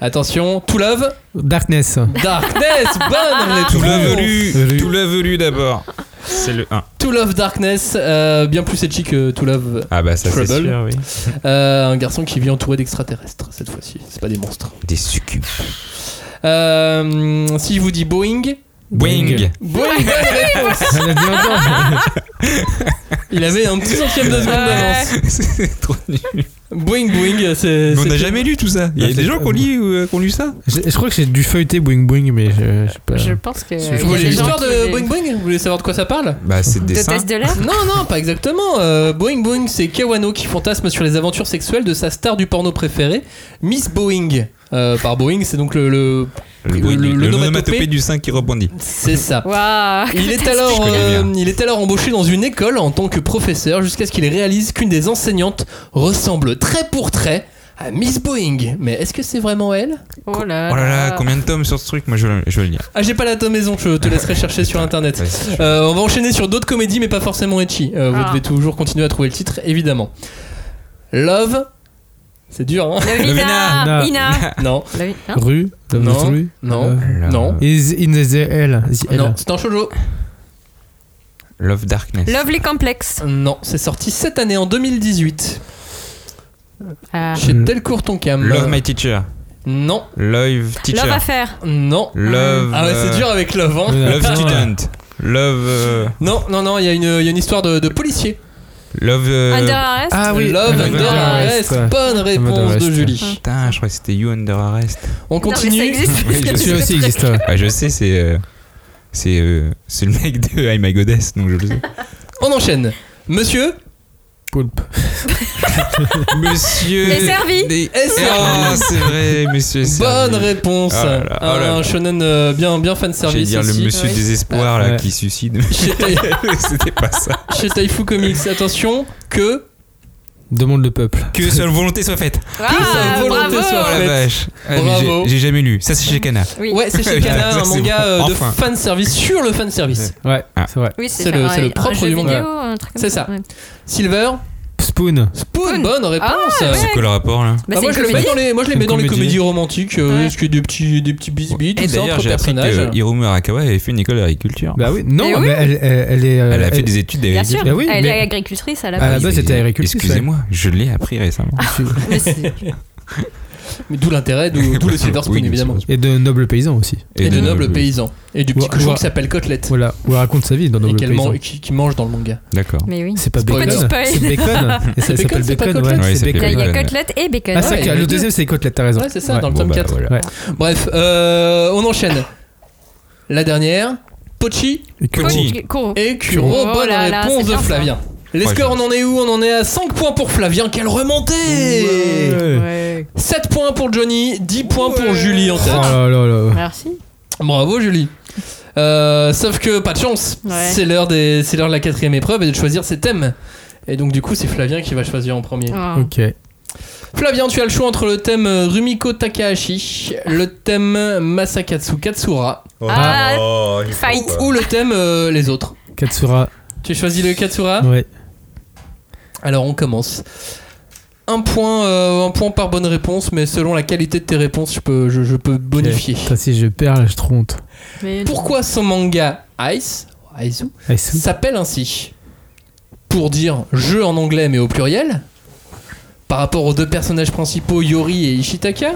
[SPEAKER 1] Attention, To Love,
[SPEAKER 2] Darkness.
[SPEAKER 1] Darkness, bonne réponse.
[SPEAKER 3] Tout l'avelu,
[SPEAKER 2] Velu.
[SPEAKER 3] tout l'avelu d'abord. C'est le 1.
[SPEAKER 1] To Love Darkness, euh, bien plus etchy que To Love.
[SPEAKER 3] Ah bah ça c'est
[SPEAKER 1] Trouble.
[SPEAKER 3] sûr.
[SPEAKER 2] oui.
[SPEAKER 1] Euh, un garçon qui vit entouré d'extraterrestres cette fois-ci. C'est pas des monstres.
[SPEAKER 3] Des succubes.
[SPEAKER 1] Euh, si je vous dis Boeing,
[SPEAKER 3] Wing.
[SPEAKER 1] Boeing, bonne réponse.
[SPEAKER 2] Elle a dit encore.
[SPEAKER 1] Il avait un petit centième de seconde
[SPEAKER 4] Ouais.
[SPEAKER 1] d'avance.
[SPEAKER 3] c'est trop nul.
[SPEAKER 1] Boing boing, c'est.
[SPEAKER 3] Mais on
[SPEAKER 1] c'est-
[SPEAKER 3] n'a jamais lu tout ça. Il y a des gens qui ont lu, euh, qui ont lu ça.
[SPEAKER 2] Je je crois que j'ai dû feuilleter Boing Boing, mais je je sais pas.
[SPEAKER 4] Je pense que.
[SPEAKER 1] Vous voulez l'histoire de Boing Boing Vous voulez savoir de quoi ça parle
[SPEAKER 3] Bah c'est des
[SPEAKER 4] De
[SPEAKER 3] dessins.
[SPEAKER 4] test de l'air
[SPEAKER 1] Non, non, pas exactement. Euh, Boing Boing, c'est Kawano qui fantasme sur les aventures sexuelles de sa star du porno préférée, Miss Boeing. Euh, par Boeing, c'est donc le. le-
[SPEAKER 3] Le,
[SPEAKER 1] le-
[SPEAKER 3] le,
[SPEAKER 1] le-
[SPEAKER 3] l'onomatopée du sein qui rebondit.
[SPEAKER 1] C'est ça.
[SPEAKER 4] Waouh.
[SPEAKER 1] Il est, alors,
[SPEAKER 3] Je connais
[SPEAKER 1] euh,
[SPEAKER 3] bien.
[SPEAKER 1] il est alors embauché dans une école en tant que professeur jusqu'à ce qu'il réalise qu'une des enseignantes ressemble trait pour trait à Miss Boeing. Mais est-ce que c'est vraiment elle
[SPEAKER 4] Oh là
[SPEAKER 3] Oh là là,
[SPEAKER 4] là.
[SPEAKER 3] combien de tomes sur ce truc Moi je veux, le- je veux le lire.
[SPEAKER 1] Ah, j'ai pas la tome maison, je te laisserai chercher sur internet.
[SPEAKER 3] Ouais, c'est-
[SPEAKER 1] Euh, on va enchaîner sur d'autres comédies, mais pas forcément etchi. Euh, Vous
[SPEAKER 4] Ah.
[SPEAKER 1] devez toujours continuer à trouver le titre, évidemment. Love, c'est dur, hein
[SPEAKER 4] Lovina.
[SPEAKER 2] Lovina.
[SPEAKER 4] Ina.
[SPEAKER 1] Non,
[SPEAKER 4] Lovi- hein
[SPEAKER 2] Rue. Dame
[SPEAKER 1] Non,
[SPEAKER 2] de Rue.
[SPEAKER 1] non,
[SPEAKER 3] Euh,
[SPEAKER 1] non,
[SPEAKER 2] Is in the L. The L.
[SPEAKER 1] non. C'est un shoujo.
[SPEAKER 3] Love Darkness.
[SPEAKER 4] Lovely Complex.
[SPEAKER 1] Non, c'est sorti cette année en 2018
[SPEAKER 4] Ah.
[SPEAKER 1] chez
[SPEAKER 2] Hmm.
[SPEAKER 4] Euh,
[SPEAKER 1] Delcourt Toncam.
[SPEAKER 3] Love My Teacher.
[SPEAKER 1] Non,
[SPEAKER 3] Love
[SPEAKER 4] Love
[SPEAKER 3] Teacher.
[SPEAKER 4] Affair.
[SPEAKER 1] non.
[SPEAKER 3] Love.
[SPEAKER 1] Ah ouais, c'est
[SPEAKER 3] euh,
[SPEAKER 1] dur avec Love, hein.
[SPEAKER 3] Love Student. Love. euh,
[SPEAKER 1] Non, non, non, il y, a une- il y a une histoire de, de policier.
[SPEAKER 3] Love. euh,
[SPEAKER 4] Under Arrest.
[SPEAKER 2] Ah oui,
[SPEAKER 1] Love
[SPEAKER 3] Under
[SPEAKER 1] Under
[SPEAKER 2] Arrest,
[SPEAKER 1] Arrest.
[SPEAKER 2] ouais.
[SPEAKER 1] Bonne
[SPEAKER 2] Under
[SPEAKER 1] réponse
[SPEAKER 2] Arrest.
[SPEAKER 1] de Julie.
[SPEAKER 3] Putain, je croyais que c'était You Under Arrest.
[SPEAKER 1] On
[SPEAKER 4] Non, mais ça
[SPEAKER 1] continue.
[SPEAKER 4] existe.
[SPEAKER 3] Ah. Oui, je
[SPEAKER 2] Celui-là aussi existe. ouais.
[SPEAKER 3] Ah, je sais, c'est. euh, c'est euh, c'est le mec de I'm a Goddess, donc je le sais.
[SPEAKER 1] On enchaîne. Monsieur
[SPEAKER 2] Poulpe.
[SPEAKER 3] Monsieur.
[SPEAKER 4] Les servis.
[SPEAKER 3] des-
[SPEAKER 1] S.
[SPEAKER 3] Ah, c'est vrai, monsieur.
[SPEAKER 1] Bonne
[SPEAKER 3] servi.
[SPEAKER 1] réponse.
[SPEAKER 3] Oh là là, oh là
[SPEAKER 1] Un
[SPEAKER 3] là.
[SPEAKER 1] shonen euh, bien, bien fan
[SPEAKER 3] Je vais
[SPEAKER 1] service.
[SPEAKER 3] dire le
[SPEAKER 1] aussi.
[SPEAKER 3] monsieur
[SPEAKER 4] oui.
[SPEAKER 3] désespoir
[SPEAKER 2] Ah,
[SPEAKER 3] là
[SPEAKER 2] ouais.
[SPEAKER 3] qui suicide.
[SPEAKER 1] Chez, Tai-
[SPEAKER 3] C'était pas ça.
[SPEAKER 1] chez Taifu Comics, attention que.
[SPEAKER 2] Demande le peuple.
[SPEAKER 3] Que seule volonté soit faite.
[SPEAKER 1] sa
[SPEAKER 4] Ah,
[SPEAKER 1] volonté
[SPEAKER 4] bravo.
[SPEAKER 1] soit-
[SPEAKER 3] Oh la
[SPEAKER 1] faite.
[SPEAKER 3] vache. Ah, mais
[SPEAKER 1] Bravo.
[SPEAKER 3] j'ai- J'ai jamais lu. Ça c'est chez Kana.
[SPEAKER 4] Oui,
[SPEAKER 1] Ouais, c'est chez
[SPEAKER 3] Putain,
[SPEAKER 1] Kana,
[SPEAKER 3] ça,
[SPEAKER 1] un
[SPEAKER 3] c'est
[SPEAKER 1] manga
[SPEAKER 3] bon.
[SPEAKER 1] euh, de
[SPEAKER 3] Enfin.
[SPEAKER 1] fan service sur le fan service.
[SPEAKER 2] Ouais,
[SPEAKER 3] Ah.
[SPEAKER 2] c'est vrai.
[SPEAKER 4] oui
[SPEAKER 1] c'est le-
[SPEAKER 4] ça,
[SPEAKER 1] c'est le
[SPEAKER 4] un-
[SPEAKER 1] propre
[SPEAKER 4] un jeu
[SPEAKER 1] du monde.
[SPEAKER 4] vidéo, un truc comme
[SPEAKER 1] C'est ça.
[SPEAKER 4] ouais. Bah,
[SPEAKER 1] Silver,
[SPEAKER 2] Spoon.
[SPEAKER 1] Spoon,
[SPEAKER 4] Spoon. Ah,
[SPEAKER 1] bonne réponse.
[SPEAKER 3] C'est quoi le rapport là
[SPEAKER 4] Bah,
[SPEAKER 1] Bah,
[SPEAKER 4] c'est
[SPEAKER 1] moi,
[SPEAKER 4] une
[SPEAKER 1] je les mets
[SPEAKER 4] comédie.
[SPEAKER 1] dans les, moi je les
[SPEAKER 2] C'est
[SPEAKER 1] mets
[SPEAKER 2] une
[SPEAKER 1] dans les
[SPEAKER 2] comédie.
[SPEAKER 1] comédies romantiques, euh,
[SPEAKER 4] Ouais.
[SPEAKER 1] parce qu'il y a des petits, des petits bisbis, tout
[SPEAKER 3] Et
[SPEAKER 1] ça
[SPEAKER 3] d'ailleurs
[SPEAKER 1] entre
[SPEAKER 3] j'ai appris que
[SPEAKER 1] personnages.
[SPEAKER 3] Hiromu Arakawa avait fait une école d'agriculture.
[SPEAKER 2] Bah oui, non, mais,
[SPEAKER 4] Mais oui.
[SPEAKER 2] elle, elle- elle est. euh,
[SPEAKER 3] Elle a fait des études
[SPEAKER 4] Bien sûr,
[SPEAKER 3] d'agriculture.
[SPEAKER 2] Bah oui,
[SPEAKER 4] elle
[SPEAKER 2] mais-
[SPEAKER 4] est agricultrice à la
[SPEAKER 2] Ah,
[SPEAKER 4] base.
[SPEAKER 2] la base, c'était agricultrice,
[SPEAKER 3] Excusez-moi, je l'ai appris récemment.
[SPEAKER 4] Mais c'est-
[SPEAKER 1] Mais d'où l'intérêt, d'où d'où le Silver Spoon
[SPEAKER 3] Oui, bien
[SPEAKER 1] évidemment.
[SPEAKER 3] sûr.
[SPEAKER 2] Et de nobles paysans aussi.
[SPEAKER 1] Et, de nobles paysans. Et du petit
[SPEAKER 2] Ouais,
[SPEAKER 1] cochon
[SPEAKER 2] ouais.
[SPEAKER 1] qui s'appelle Côtelette.
[SPEAKER 2] Voilà, où elle raconte sa vie dans
[SPEAKER 1] Et
[SPEAKER 2] nobles
[SPEAKER 1] qu'elle
[SPEAKER 2] paysans.
[SPEAKER 1] man- qui, qui mange dans le manga.
[SPEAKER 3] D'accord.
[SPEAKER 4] Mais oui.
[SPEAKER 2] C'est pas
[SPEAKER 1] C'est pas
[SPEAKER 2] bacon,
[SPEAKER 1] du
[SPEAKER 4] spoil.
[SPEAKER 2] c'est bacon. Et ça
[SPEAKER 1] Bacon,
[SPEAKER 2] s'appelle
[SPEAKER 1] c'est pas
[SPEAKER 2] bacon,
[SPEAKER 1] côtelette.
[SPEAKER 2] ouais.
[SPEAKER 3] Ouais,
[SPEAKER 2] c'est
[SPEAKER 3] c'est
[SPEAKER 4] Il y a-
[SPEAKER 2] bacon.
[SPEAKER 4] il y a
[SPEAKER 3] Bacon.
[SPEAKER 4] côtelette et bacon.
[SPEAKER 2] Ah, ça,
[SPEAKER 1] Ouais,
[SPEAKER 2] le
[SPEAKER 1] les
[SPEAKER 2] deuxième, c'est côtelette, t'as raison.
[SPEAKER 1] Ouais, c'est ça,
[SPEAKER 2] Ouais.
[SPEAKER 1] dans le
[SPEAKER 3] Bon,
[SPEAKER 1] tome
[SPEAKER 3] bah,
[SPEAKER 1] 4.
[SPEAKER 3] voilà.
[SPEAKER 2] Ouais.
[SPEAKER 1] Bref, euh, on enchaîne. La dernière, Pochi
[SPEAKER 2] Et que-
[SPEAKER 3] Petit.
[SPEAKER 4] Côtelette. Côtelette.
[SPEAKER 1] et Kuro.
[SPEAKER 4] Oh
[SPEAKER 1] Bonne
[SPEAKER 4] là là,
[SPEAKER 1] réponse
[SPEAKER 4] c'est
[SPEAKER 1] de
[SPEAKER 4] bien ça.
[SPEAKER 1] Flavien. Les
[SPEAKER 3] Ouais,
[SPEAKER 1] scores,
[SPEAKER 3] je-
[SPEAKER 1] on en est où On en est à 5 points pour Flavien, quelle remontée
[SPEAKER 2] Ouais.
[SPEAKER 1] 7 points pour Johnny, 10 points pour Julie en
[SPEAKER 2] Oh
[SPEAKER 1] tête.
[SPEAKER 2] là là là.
[SPEAKER 4] Merci.
[SPEAKER 1] Bravo Julie. Euh, sauf que pas de chance.
[SPEAKER 4] Ouais.
[SPEAKER 1] C'est l'heure des, c'est l'heure de la quatrième épreuve et de choisir ses thèmes. Et donc du coup c'est Flavien qui va choisir en premier.
[SPEAKER 4] Oh.
[SPEAKER 2] Ok.
[SPEAKER 1] Flavien, tu as le choix entre le thème euh, Rumiko Takahashi, le thème euh, Masakatsu Katsura
[SPEAKER 4] Ah,
[SPEAKER 1] ou,
[SPEAKER 3] Oh,
[SPEAKER 4] fight.
[SPEAKER 1] ou le thème euh, les autres.
[SPEAKER 2] Katsura.
[SPEAKER 1] Tu choisis le Katsura
[SPEAKER 2] Ouais.
[SPEAKER 1] Alors on commence. Un point, euh, un point par bonne réponse, mais selon la qualité de tes réponses, je peux, je, je peux bonifier.
[SPEAKER 2] Putain, si je perds, là, je tronte.
[SPEAKER 4] Mais-
[SPEAKER 1] Pourquoi son manga Ice, Aizu,
[SPEAKER 2] Allez, c'est-
[SPEAKER 1] s'appelle ainsi pour dire jeu en anglais mais au pluriel par rapport aux deux personnages principaux Yori et Ishitaka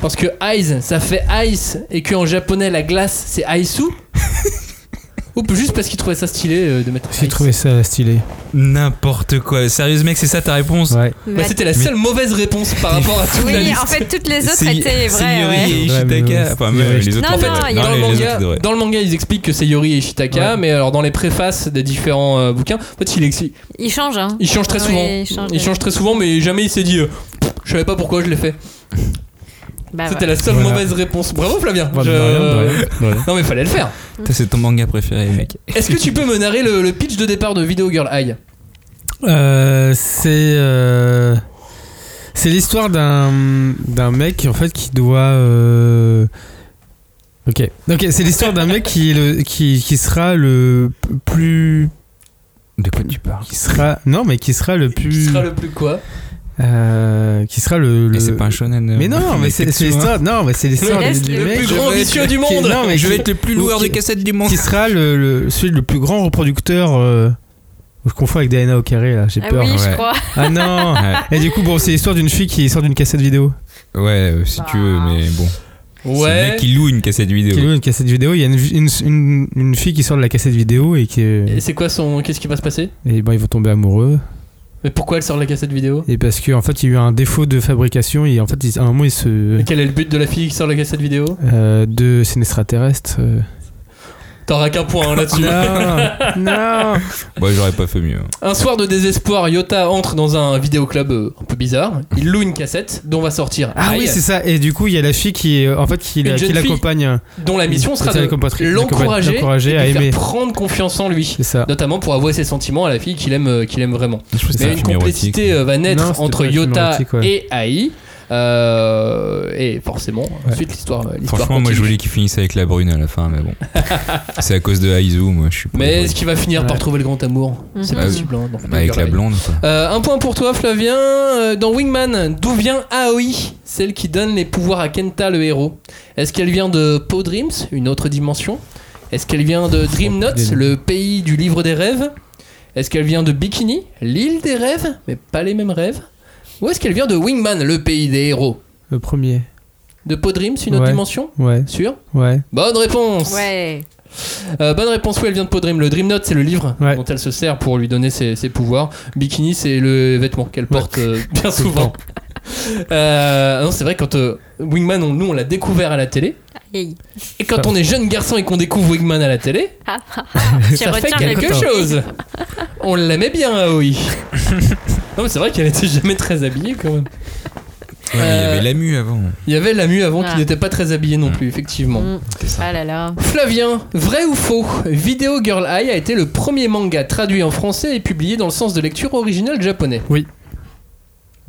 [SPEAKER 1] parce que Ice ça fait ice et que en japonais la glace c'est aisu ou juste parce qu'il trouvait ça stylé euh, de mettre
[SPEAKER 2] J'ai
[SPEAKER 1] ice.
[SPEAKER 2] trouvé ça stylé.
[SPEAKER 3] N'importe quoi. Sérieux mec, c'est ça ta réponse
[SPEAKER 2] Ouais.
[SPEAKER 1] Bah,
[SPEAKER 4] Mais-
[SPEAKER 1] c'était la seule mauvaise réponse par rapport à toute la
[SPEAKER 4] Oui,
[SPEAKER 1] liste
[SPEAKER 4] en fait, toutes les autres
[SPEAKER 3] C'est-
[SPEAKER 4] étaient
[SPEAKER 3] c'est
[SPEAKER 4] vraies.
[SPEAKER 3] Yuri
[SPEAKER 4] ouais.
[SPEAKER 3] et
[SPEAKER 2] Ouais, mais ouais,
[SPEAKER 3] Ishitaka. Enfin, même
[SPEAKER 2] c'est-
[SPEAKER 3] les autres
[SPEAKER 4] Non,
[SPEAKER 1] En fait,
[SPEAKER 4] non, il y a-
[SPEAKER 1] dans, le
[SPEAKER 3] les autres,
[SPEAKER 1] manga,
[SPEAKER 3] ils devraient.
[SPEAKER 1] dans le manga, ils expliquent que c'est Yori et Ishitaka,
[SPEAKER 2] Ouais.
[SPEAKER 1] mais alors dans les préfaces des différents euh, bouquins, en fait, ils, expliquent
[SPEAKER 4] Il change, hein.
[SPEAKER 1] Il change très
[SPEAKER 4] Ouais,
[SPEAKER 1] souvent.
[SPEAKER 4] il change.
[SPEAKER 1] Il change très souvent, mais jamais il s'est dit. euh, je savais pas pourquoi je l'ai fait.
[SPEAKER 4] Bah,
[SPEAKER 1] C'était
[SPEAKER 4] ouais.
[SPEAKER 1] la seule
[SPEAKER 2] Voilà.
[SPEAKER 1] mauvaise réponse. Bravo Flavien.
[SPEAKER 2] Bah,
[SPEAKER 1] Je-
[SPEAKER 2] de rien, de rien, de rien.
[SPEAKER 1] Non mais fallait le faire.
[SPEAKER 3] Putain, C'est ton manga préféré, mec.
[SPEAKER 1] Est-ce que tu peux me narrer le, le pitch de départ de Video Girl High
[SPEAKER 2] Euh, c'est euh, c'est l'histoire d'un d'un mec en fait qui doit euh, ok ok c'est l'histoire d'un mec qui est le qui, qui sera le p- plus
[SPEAKER 3] De quoi tu parles
[SPEAKER 2] qui sera non mais qui sera le
[SPEAKER 1] Qui
[SPEAKER 2] plus
[SPEAKER 1] sera le plus quoi
[SPEAKER 2] euh, qui sera le,
[SPEAKER 3] Mais
[SPEAKER 2] le-
[SPEAKER 3] c'est pas un shonen. euh,
[SPEAKER 2] mais non mais c'est c'est
[SPEAKER 3] Tetsuo, hein.
[SPEAKER 2] l'histoire non mais c'est l'histoire
[SPEAKER 4] Céleste,
[SPEAKER 2] du, du
[SPEAKER 4] le
[SPEAKER 2] mec
[SPEAKER 1] plus
[SPEAKER 2] qui-
[SPEAKER 1] grand vicieux du monde.
[SPEAKER 2] non, mais
[SPEAKER 3] Je vais
[SPEAKER 2] qui-
[SPEAKER 3] être le plus
[SPEAKER 2] ou
[SPEAKER 3] loueur de
[SPEAKER 2] qui-
[SPEAKER 3] cassettes du monde.
[SPEAKER 2] qui sera le, le- celui le plus grand reproducteur euh, je confonds avec Diana au carré là j'ai
[SPEAKER 4] Ah
[SPEAKER 2] peur
[SPEAKER 4] oui, je
[SPEAKER 3] Ouais.
[SPEAKER 4] crois.
[SPEAKER 2] ah non
[SPEAKER 3] Ouais.
[SPEAKER 2] Et du coup, bon, c'est l'histoire d'une fille qui sort d'une cassette vidéo.
[SPEAKER 3] Ouais, euh, si tu veux, mais bon. C'est le
[SPEAKER 1] Ouais.
[SPEAKER 3] mec qui loue une cassette vidéo.
[SPEAKER 2] Qui loue une cassette vidéo. Il y a une, une, une- une fille qui sort de la cassette vidéo et qui. est-
[SPEAKER 1] Et c'est quoi son Qu'est-ce qui va se passer
[SPEAKER 2] Et ben, ils vont tomber amoureux.
[SPEAKER 1] Mais pourquoi elle sort la cassette vidéo
[SPEAKER 2] Et parce qu'en en fait, il y a eu un défaut de fabrication. Et en fait, ils- à un moment, ils se.
[SPEAKER 1] Et Quel est le but de la fille qui sort la cassette vidéo
[SPEAKER 2] euh, de c'est une extraterrestre. euh.
[SPEAKER 1] T'auras qu'un point hein, là-dessus.
[SPEAKER 2] Ah. Non Non
[SPEAKER 3] Ouais, j'aurais pas fait mieux.
[SPEAKER 1] Un soir de désespoir, Yota entre dans un vidéoclub euh, un peu bizarre. Il loue une cassette dont va sortir
[SPEAKER 2] Ah
[SPEAKER 1] Aïe,
[SPEAKER 2] oui, c'est ça. Et du coup, il y a la fille qui, euh, en fait, qui,
[SPEAKER 1] Une
[SPEAKER 2] la- qui
[SPEAKER 1] jeune
[SPEAKER 2] l'accompagne.
[SPEAKER 1] dont la mission sera
[SPEAKER 2] C'est ça,
[SPEAKER 1] de
[SPEAKER 2] la compatrie-
[SPEAKER 1] l'encourager
[SPEAKER 2] l'encourager
[SPEAKER 1] et de
[SPEAKER 2] à
[SPEAKER 1] lui faire
[SPEAKER 2] aimer.
[SPEAKER 1] prendre confiance en lui.
[SPEAKER 2] C'est ça.
[SPEAKER 1] Ah. notamment pour avouer ses sentiments à la fille qu'il aime, euh, qu'il aime vraiment.
[SPEAKER 3] Je trouve que
[SPEAKER 1] Mais
[SPEAKER 3] c'est un
[SPEAKER 1] une
[SPEAKER 3] film érotique.
[SPEAKER 1] complicité euh, va
[SPEAKER 2] Non,
[SPEAKER 1] naître
[SPEAKER 2] c'était
[SPEAKER 1] entre
[SPEAKER 2] pas un film
[SPEAKER 1] Yota
[SPEAKER 2] érotique, ouais.
[SPEAKER 1] et Ai. euh, et forcément, ensuite l'histoire. euh, l'histoire
[SPEAKER 3] Franchement, moi je
[SPEAKER 1] continue.
[SPEAKER 3] voulais qu'il finisse avec la brune à la fin, mais bon. c'est à cause de Aizu, moi je suis pas.
[SPEAKER 1] Mais est-ce qu'il va finir par
[SPEAKER 2] Ouais.
[SPEAKER 1] trouver le grand amour C'est
[SPEAKER 4] Mhm.
[SPEAKER 1] possible. hein, dans
[SPEAKER 3] Bah, avec la
[SPEAKER 1] Bigger
[SPEAKER 3] blonde, quoi.
[SPEAKER 1] Eye. Euh, un point pour toi, Flavien. Euh, Dans Wingman, d'où vient Aoi, celle qui donne les pouvoirs à Kenta, le héros Est-ce qu'elle vient de Poe Dreams, une autre dimension Est-ce qu'elle vient de Dream Notes, le pays du livre des rêves Est-ce qu'elle vient de Bikini, l'île des rêves, mais pas les mêmes rêves Ou est-ce qu'elle vient de Wingman, le pays des héros
[SPEAKER 2] Le premier.
[SPEAKER 1] De Podrims, une autre
[SPEAKER 2] Ouais.
[SPEAKER 1] dimension
[SPEAKER 2] Ouais.
[SPEAKER 1] Sûr
[SPEAKER 2] Ouais.
[SPEAKER 1] Bonne réponse
[SPEAKER 4] Ouais.
[SPEAKER 1] Euh, Bonne réponse, oui, elle vient de Podrim. Le Dream Note, c'est le livre
[SPEAKER 2] Ouais.
[SPEAKER 1] dont elle se sert pour lui donner ses, ses pouvoirs. Bikini, c'est le vêtement qu'elle porte euh, bien
[SPEAKER 2] Tout le
[SPEAKER 1] souvent. Euh, non, c'est vrai, quand euh, Wingman, on- nous, on l'a découvert à la télé.
[SPEAKER 4] Aïe.
[SPEAKER 1] Et quand on est jeune garçon et qu'on découvre Wingman à la télé,
[SPEAKER 4] Ah, ah, ah. Tu
[SPEAKER 1] ça fait
[SPEAKER 4] retiens les
[SPEAKER 1] quelque
[SPEAKER 4] petits.
[SPEAKER 1] chose. On l'aimait bien, Aoi. non, mais c'est vrai qu'elle était jamais très habillée quand même.
[SPEAKER 3] Ouais, mais Il y
[SPEAKER 1] Euh,
[SPEAKER 3] avait la mue avant.
[SPEAKER 1] Il y avait la mue avant qui
[SPEAKER 4] Ah.
[SPEAKER 1] n'était pas très habillée non plus, effectivement.
[SPEAKER 4] Mm.
[SPEAKER 3] C'était ça.
[SPEAKER 4] Ah là là.
[SPEAKER 1] Flavien, vrai ou faux Video Girl Eye a été le premier manga traduit en français et publié dans le sens de lecture originale japonais.
[SPEAKER 2] Oui.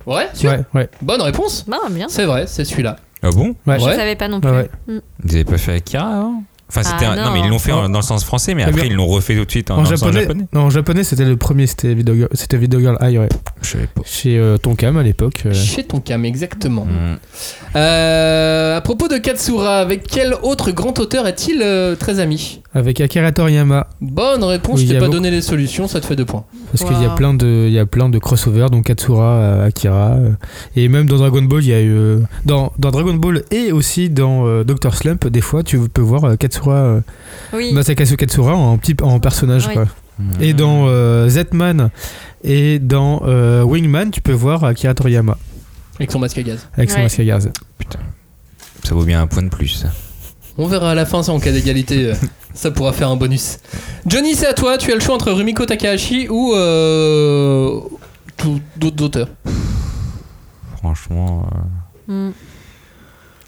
[SPEAKER 1] Ouais, sûr.
[SPEAKER 2] Ouais, ouais.
[SPEAKER 1] Bonne réponse.
[SPEAKER 4] Non, Bah, bien.
[SPEAKER 1] C'est vrai, c'est celui-là.
[SPEAKER 3] Ah bon
[SPEAKER 2] Ouais.
[SPEAKER 4] Je
[SPEAKER 1] Ouais.
[SPEAKER 4] savais pas non plus.
[SPEAKER 2] Ah ouais.
[SPEAKER 3] Ils avaient pas fait Akira avant Enfin, c'était
[SPEAKER 4] Ah,
[SPEAKER 3] un- non.
[SPEAKER 4] non.
[SPEAKER 3] mais ils l'ont fait en-
[SPEAKER 2] Non.
[SPEAKER 3] dans le sens français, mais
[SPEAKER 2] Eh
[SPEAKER 3] après
[SPEAKER 2] bien,
[SPEAKER 3] ils l'ont refait tout de suite en,
[SPEAKER 2] En
[SPEAKER 3] dans le sens
[SPEAKER 2] japonais,
[SPEAKER 3] japonais.
[SPEAKER 2] Non, en japonais, c'était le premier, c'était Video Girl, c'était Video Girl Eye, ouais.
[SPEAKER 3] Je savais pas.
[SPEAKER 2] Chez euh, Tonkam à l'époque. euh.
[SPEAKER 1] Chez Tonkam, exactement.
[SPEAKER 3] Mm.
[SPEAKER 1] Euh, à propos de Katsura, avec quel autre grand auteur est-il euh, très ami
[SPEAKER 2] avec Akira Toriyama.
[SPEAKER 1] Bonne réponse, je
[SPEAKER 2] Oui, il y
[SPEAKER 1] t'ai
[SPEAKER 2] a
[SPEAKER 1] pas
[SPEAKER 2] beaucoup-
[SPEAKER 1] donné les solutions, ça te fait deux points.
[SPEAKER 2] Parce qu'il y a
[SPEAKER 4] Wow.
[SPEAKER 2] plein de, il y a plein de crossovers, donc Katsura, euh, Akira, euh, et même dans Dragon Ball, il y a eu, euh, dans, dans Dragon Ball et aussi dans euh, Doctor Slump, des fois tu peux voir euh, Katsura, euh,
[SPEAKER 4] Oui.
[SPEAKER 1] Bah,
[SPEAKER 2] Masakasu Katsura en petit, en personnage
[SPEAKER 4] Oui.
[SPEAKER 2] quoi. Et dans euh, Z-Man et dans euh, Wingman, tu peux voir Akira Toriyama
[SPEAKER 1] Avec son masque à gaz.
[SPEAKER 2] avec son
[SPEAKER 4] Ouais.
[SPEAKER 2] masque à gaz.
[SPEAKER 3] Ça vaut bien un point de plus.
[SPEAKER 1] On verra à la fin ça en cas d'égalité, euh, ça pourra faire un bonus. Johnny, c'est à toi, tu as le choix entre Rumiko Takahashi ou euh, tout- d'autres auteurs.
[SPEAKER 3] Franchement. euh,
[SPEAKER 4] Mm.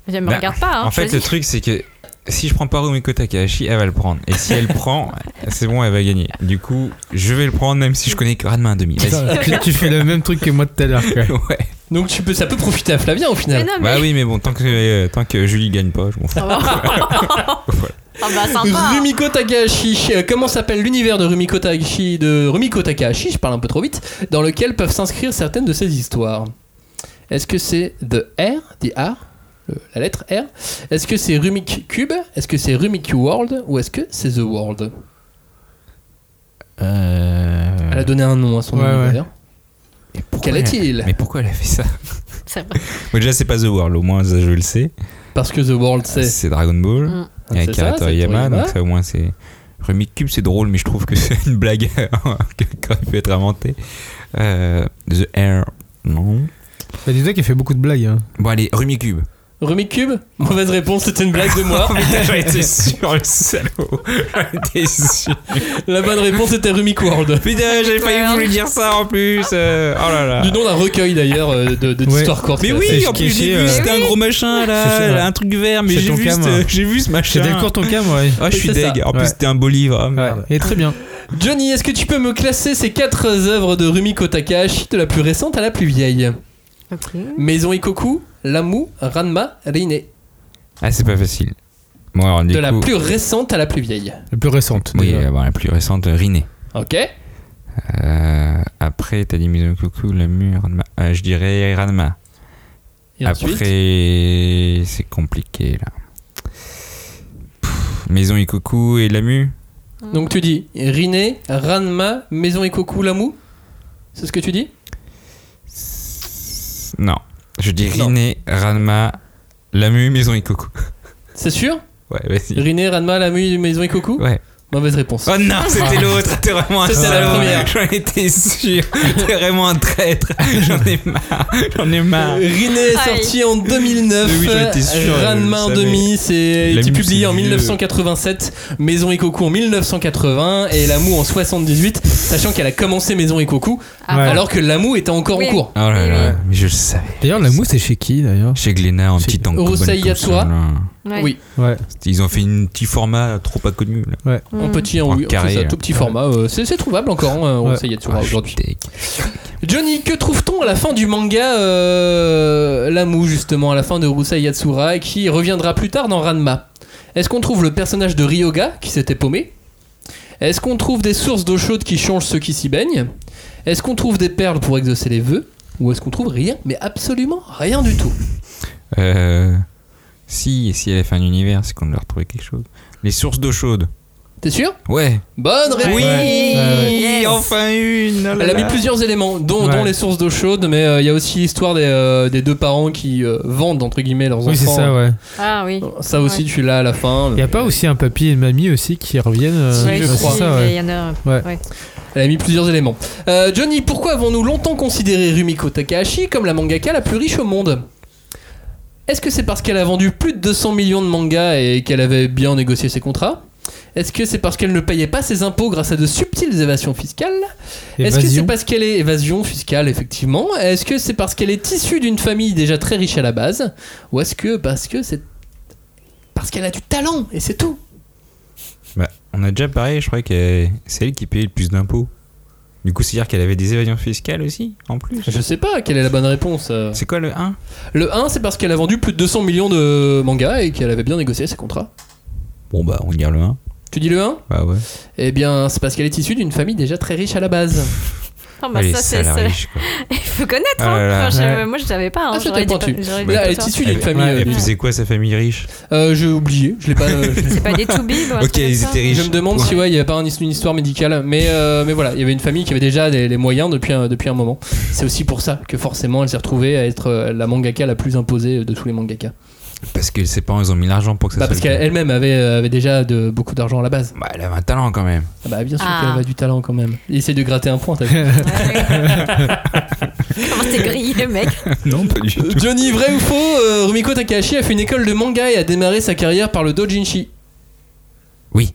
[SPEAKER 4] Je me
[SPEAKER 3] Bah,
[SPEAKER 4] regarde pas. hein,
[SPEAKER 3] en fait,
[SPEAKER 4] choisis.
[SPEAKER 3] le truc, c'est que si je prends pas Rumiko Takahashi, elle va le prendre. Et si elle prend, c'est bon, elle va gagner. Du coup, je vais le prendre, même si je connais que Radma à demi. Vas-y.
[SPEAKER 2] Putain, tu, tu fais le même truc que moi tout à l'heure. quoi.
[SPEAKER 3] Ouais.
[SPEAKER 1] Donc tu peux, ça peut profiter à Flavien au
[SPEAKER 4] Mais
[SPEAKER 1] final.
[SPEAKER 4] non, mais.
[SPEAKER 3] Bah oui, mais bon, tant que, euh, tant que Julie gagne pas, je m'en fous.
[SPEAKER 4] Ah Oh. bah sympa.
[SPEAKER 1] Rumiko Takahashi, euh, comment s'appelle l'univers de Rumiko Takahashi de Rumiko Takahashi, je parle un peu trop vite, dans lequel peuvent s'inscrire certaines de ses histoires. Est-ce que c'est The R, The R, euh, la lettre R Est-ce que c'est Rumik Cube Est-ce que c'est Rumik World Ou est-ce que c'est The World Elle a donné un nom à son
[SPEAKER 2] Ouais,
[SPEAKER 1] univers.
[SPEAKER 3] Mais pourquoi
[SPEAKER 1] Euh, Quel
[SPEAKER 3] elle-
[SPEAKER 1] est-il
[SPEAKER 3] Mais pourquoi elle a fait ça
[SPEAKER 4] C'est vrai.
[SPEAKER 3] Bon, Déjà, c'est pas The World, au moins, ça, je le sais.
[SPEAKER 1] Parce que The World, c'est.
[SPEAKER 3] C'est Dragon Ball. Il
[SPEAKER 4] Mm.
[SPEAKER 3] y a
[SPEAKER 1] Ah, C'est ça,
[SPEAKER 3] Akira
[SPEAKER 1] c'est
[SPEAKER 3] Toriyama,
[SPEAKER 1] Toriyama.
[SPEAKER 3] donc ça au moins c'est. Remix Cube, c'est drôle, mais je trouve que c'est une blague qui aurait pu être inventée. Euh, The Air, non.
[SPEAKER 2] Bah, Dis-toi qu'il fait beaucoup de blagues. hein.
[SPEAKER 3] Bon, allez, Rumi Cube.
[SPEAKER 1] Rumik Ah, Cube Mauvaise réponse, c'était une blague de
[SPEAKER 3] Oh.
[SPEAKER 1] moi.
[SPEAKER 3] J'en étais sûr, le salaud. J'en étais sûr.
[SPEAKER 1] la bonne réponse était Rumik World.
[SPEAKER 3] Putain, j'avais failli vous lui dire ça en plus. euh, oh là là.
[SPEAKER 1] Du nom d'un recueil d'ailleurs euh, de, de
[SPEAKER 2] Ouais.
[SPEAKER 1] d'histoires courtes.
[SPEAKER 3] Mais oui,
[SPEAKER 2] C'est
[SPEAKER 3] en plus,
[SPEAKER 2] chez,
[SPEAKER 3] j'ai
[SPEAKER 2] euh,
[SPEAKER 3] vu, c'était un gros machin là,
[SPEAKER 2] C'est ça, ouais.
[SPEAKER 3] un truc vert, mais
[SPEAKER 2] C'est
[SPEAKER 3] j'ai
[SPEAKER 2] ton
[SPEAKER 3] vu,
[SPEAKER 2] cam,
[SPEAKER 3] ce-
[SPEAKER 2] hein.
[SPEAKER 3] j'ai vu ce
[SPEAKER 2] Chez
[SPEAKER 3] machin.
[SPEAKER 2] Delcourt Tonkam, ouais.
[SPEAKER 3] Ah, je suis
[SPEAKER 1] C'est ça.
[SPEAKER 3] deg. En plus,
[SPEAKER 2] Ouais.
[SPEAKER 3] c'était un beau livre. Ah,
[SPEAKER 2] ouais.
[SPEAKER 3] merde.
[SPEAKER 2] Et très bien.
[SPEAKER 1] Johnny, est-ce que tu peux me classer ces quatre œuvres de Rumiko Takahashi de la plus récente à la plus vieille
[SPEAKER 4] Ok.
[SPEAKER 1] Maison Ikoku, Lamu, Ranma, Reine.
[SPEAKER 3] Ah, c'est pas facile. Bon, alors, du
[SPEAKER 1] De la
[SPEAKER 3] coup,
[SPEAKER 1] plus récente à la plus vieille.
[SPEAKER 2] La plus récente.
[SPEAKER 3] oui,
[SPEAKER 2] déjà.
[SPEAKER 3] euh, bon, la plus récente, Riné.
[SPEAKER 1] Ok
[SPEAKER 3] Euh, après, t'as dit Maison Coucou, le mur, Ranma. Euh, je dirais Ranma.
[SPEAKER 1] Et ensuite
[SPEAKER 3] Après, c'est compliqué là. Pff, Maison et Coucou et Lamu.
[SPEAKER 1] Donc tu dis Rine, Ranma, Maison Ikoku, Lamu C'est ce que tu dis
[SPEAKER 3] Non, je dis
[SPEAKER 1] Non.
[SPEAKER 3] Riné, Ranma, Lamu, Maison et Coucou.
[SPEAKER 1] C'est sûr
[SPEAKER 3] Ouais, vas-y.
[SPEAKER 1] Rine, Ranma, Lamu, Maison Ikoku
[SPEAKER 3] Ouais.
[SPEAKER 1] Mauvaise réponse.
[SPEAKER 3] Oh non, c'était l'autre, t'es vraiment un
[SPEAKER 1] C'était la
[SPEAKER 3] salaud.
[SPEAKER 1] première.
[SPEAKER 3] J'en étais sûr, t'es vraiment un traître. J'en ai marre, j'en ai marre.
[SPEAKER 1] Rine est
[SPEAKER 4] Aïe.
[SPEAKER 1] sorti en 2009,
[SPEAKER 3] Ah. Mais oui, j'en étais sûr,
[SPEAKER 1] Ranma
[SPEAKER 3] je
[SPEAKER 1] en
[SPEAKER 3] le
[SPEAKER 1] demi, c'est
[SPEAKER 3] Lamu,
[SPEAKER 1] été publié
[SPEAKER 3] c'est
[SPEAKER 1] en
[SPEAKER 3] vieux.
[SPEAKER 1] 1987, Maison et Coco en 1980 et Lamu en 78, sachant qu'elle a commencé Maison et Coco
[SPEAKER 4] Ah,
[SPEAKER 2] Ouais.
[SPEAKER 1] alors que Lamu était encore
[SPEAKER 4] Oui.
[SPEAKER 1] en cours.
[SPEAKER 3] Oh là
[SPEAKER 4] Oui,
[SPEAKER 3] là, mais je le savais.
[SPEAKER 2] D'ailleurs, la mousse, c'est chez qui d'ailleurs
[SPEAKER 3] Chez Glénat, en
[SPEAKER 2] Chez-
[SPEAKER 3] petit tank.
[SPEAKER 1] Urusei
[SPEAKER 3] bonne comme ça,
[SPEAKER 1] Yatsura.
[SPEAKER 3] là.
[SPEAKER 4] ouais.
[SPEAKER 1] Oui,
[SPEAKER 2] Ouais.
[SPEAKER 3] Ils ont fait un petit format trop pas connu. Là.
[SPEAKER 1] en
[SPEAKER 4] Mm.
[SPEAKER 1] petit,
[SPEAKER 3] En
[SPEAKER 1] en, oui,
[SPEAKER 3] carré,
[SPEAKER 1] c'est ça,
[SPEAKER 3] là.
[SPEAKER 1] tout petit format, euh, c'est c'est trouvable encore, hein, on
[SPEAKER 2] Ouais.
[SPEAKER 1] sait Yatsura
[SPEAKER 3] Ah, je suis
[SPEAKER 1] aujourd'hui.
[SPEAKER 3] deg.
[SPEAKER 1] Johnny, que trouve-t-on à la fin du manga euh, Lamu, justement, à la fin de Rusei Yatsura, qui reviendra plus tard dans Ranma Est-ce qu'on trouve le personnage de Ryoga, qui s'était paumé Est-ce qu'on trouve des sources d'eau chaude qui changent ceux qui s'y baignent Est-ce qu'on trouve des perles pour exaucer les vœux Ou est-ce qu'on trouve rien, mais absolument rien du tout
[SPEAKER 3] Euh, si, et si elle a fait un univers, c'est qu'on doit retrouver quelque chose. Les sources d'eau chaude.
[SPEAKER 1] T'es sûr
[SPEAKER 3] Ouais.
[SPEAKER 1] Bonne réponse
[SPEAKER 3] Oui, Ah
[SPEAKER 1] Yes.
[SPEAKER 3] enfin une. oh là
[SPEAKER 1] Elle a mis
[SPEAKER 3] là.
[SPEAKER 1] plusieurs éléments, dont,
[SPEAKER 2] Ouais.
[SPEAKER 1] dont les sources d'eau chaude, mais euh, il y a aussi l'histoire des, euh, des deux parents qui euh, vendent entre guillemets leurs
[SPEAKER 2] Oui, c'est
[SPEAKER 1] enfants.
[SPEAKER 2] ça, ouais.
[SPEAKER 4] Ah oui.
[SPEAKER 1] Ça aussi,
[SPEAKER 4] Ouais.
[SPEAKER 1] tu l'as à la fin.
[SPEAKER 2] Il a pas aussi un papy et une mamie aussi qui reviennent euh,
[SPEAKER 1] Ouais, je
[SPEAKER 2] c'est
[SPEAKER 1] crois.
[SPEAKER 2] ça, ouais.
[SPEAKER 4] Il y en a.
[SPEAKER 2] Ouais.
[SPEAKER 4] ouais.
[SPEAKER 1] Elle a mis plusieurs éléments. Euh, Johnny, pourquoi avons-nous longtemps considéré Rumiko Takahashi comme la mangaka la plus riche au monde Est-ce que c'est parce qu'elle a vendu plus de 200 millions de mangas et qu'elle avait bien négocié ses contrats Est-ce que c'est parce qu'elle ne payait pas ses impôts grâce à de subtiles évasions fiscales Est-ce que c'est
[SPEAKER 2] Évasion.
[SPEAKER 1] parce qu'elle est évasion fiscale, effectivement Est-ce que c'est parce qu'elle est issue d'une famille déjà très riche à la base Ou est-ce que parce que c'est parce qu'elle a du talent et c'est tout
[SPEAKER 3] Bah, on a déjà parlé, je crois que c'est elle qui payait le plus d'impôts. Du coup, c'est-à-dire qu'elle avait des évasions fiscales aussi, en plus.
[SPEAKER 1] Je sais pas quelle est la bonne réponse. euh.
[SPEAKER 3] C'est quoi le 1
[SPEAKER 1] Le 1, c'est parce qu'elle a vendu plus de 200 millions de mangas et qu'elle avait bien négocié ses contrats.
[SPEAKER 3] Bon, bah, on garde le 1.
[SPEAKER 1] Tu dis le 1
[SPEAKER 3] Bah ouais.
[SPEAKER 1] Eh bien, c'est parce qu'elle est issue d'une famille déjà très riche à la base.
[SPEAKER 4] Ah, bah,
[SPEAKER 3] Elle est
[SPEAKER 4] ça, c'est.
[SPEAKER 3] sale,
[SPEAKER 4] ça-
[SPEAKER 3] riche, quoi.
[SPEAKER 4] Il faut connaître,
[SPEAKER 3] Ah
[SPEAKER 4] hein.
[SPEAKER 3] là là.
[SPEAKER 4] Enfin, je-
[SPEAKER 2] Ouais.
[SPEAKER 4] Moi, je savais pas. Hein.
[SPEAKER 1] Ah, ça,
[SPEAKER 4] J'aurais
[SPEAKER 1] t'es
[SPEAKER 4] dit
[SPEAKER 1] pointu.
[SPEAKER 4] pas- j'aurais dit
[SPEAKER 1] Là,
[SPEAKER 4] pas
[SPEAKER 1] elle est
[SPEAKER 4] ça.
[SPEAKER 1] issue d'une
[SPEAKER 3] Elle-
[SPEAKER 1] famille.
[SPEAKER 2] ouais,
[SPEAKER 1] euh,
[SPEAKER 3] Elle faisait quoi, sa famille riche
[SPEAKER 1] euh, J'ai oublié, je l'ai pas. euh, je-
[SPEAKER 4] C'est pas des toubis,
[SPEAKER 3] Ok, ils étaient riches.
[SPEAKER 1] Je me demande si ouais, il y avait pas un- une histoire médicale, mais euh, mais voilà, il y avait une famille qui avait déjà des- les moyens depuis un, depuis un moment. C'est aussi pour ça que forcément elle s'est retrouvée à être euh, la mangaka la plus imposée de tous les mangakas.
[SPEAKER 3] Parce que ses parents, ils ont mis l'argent pour que ça
[SPEAKER 1] Bah,
[SPEAKER 3] soit
[SPEAKER 1] parce
[SPEAKER 3] le cas.
[SPEAKER 1] qu'elle-même avait euh, avait déjà de beaucoup d'argent à la base.
[SPEAKER 3] Bah, elle avait un talent quand même.
[SPEAKER 1] Ah bah bien sûr
[SPEAKER 4] Ah.
[SPEAKER 1] qu'elle avait du talent quand même. Essaye de gratter un point. t'as vu.
[SPEAKER 4] Comment t'es grillé, mec
[SPEAKER 3] non, pas du tout.
[SPEAKER 1] Johnny, vrai ou faux euh, Rumiko Takahashi a fait une école de manga et a démarré sa carrière par le dojinshi.
[SPEAKER 3] Oui.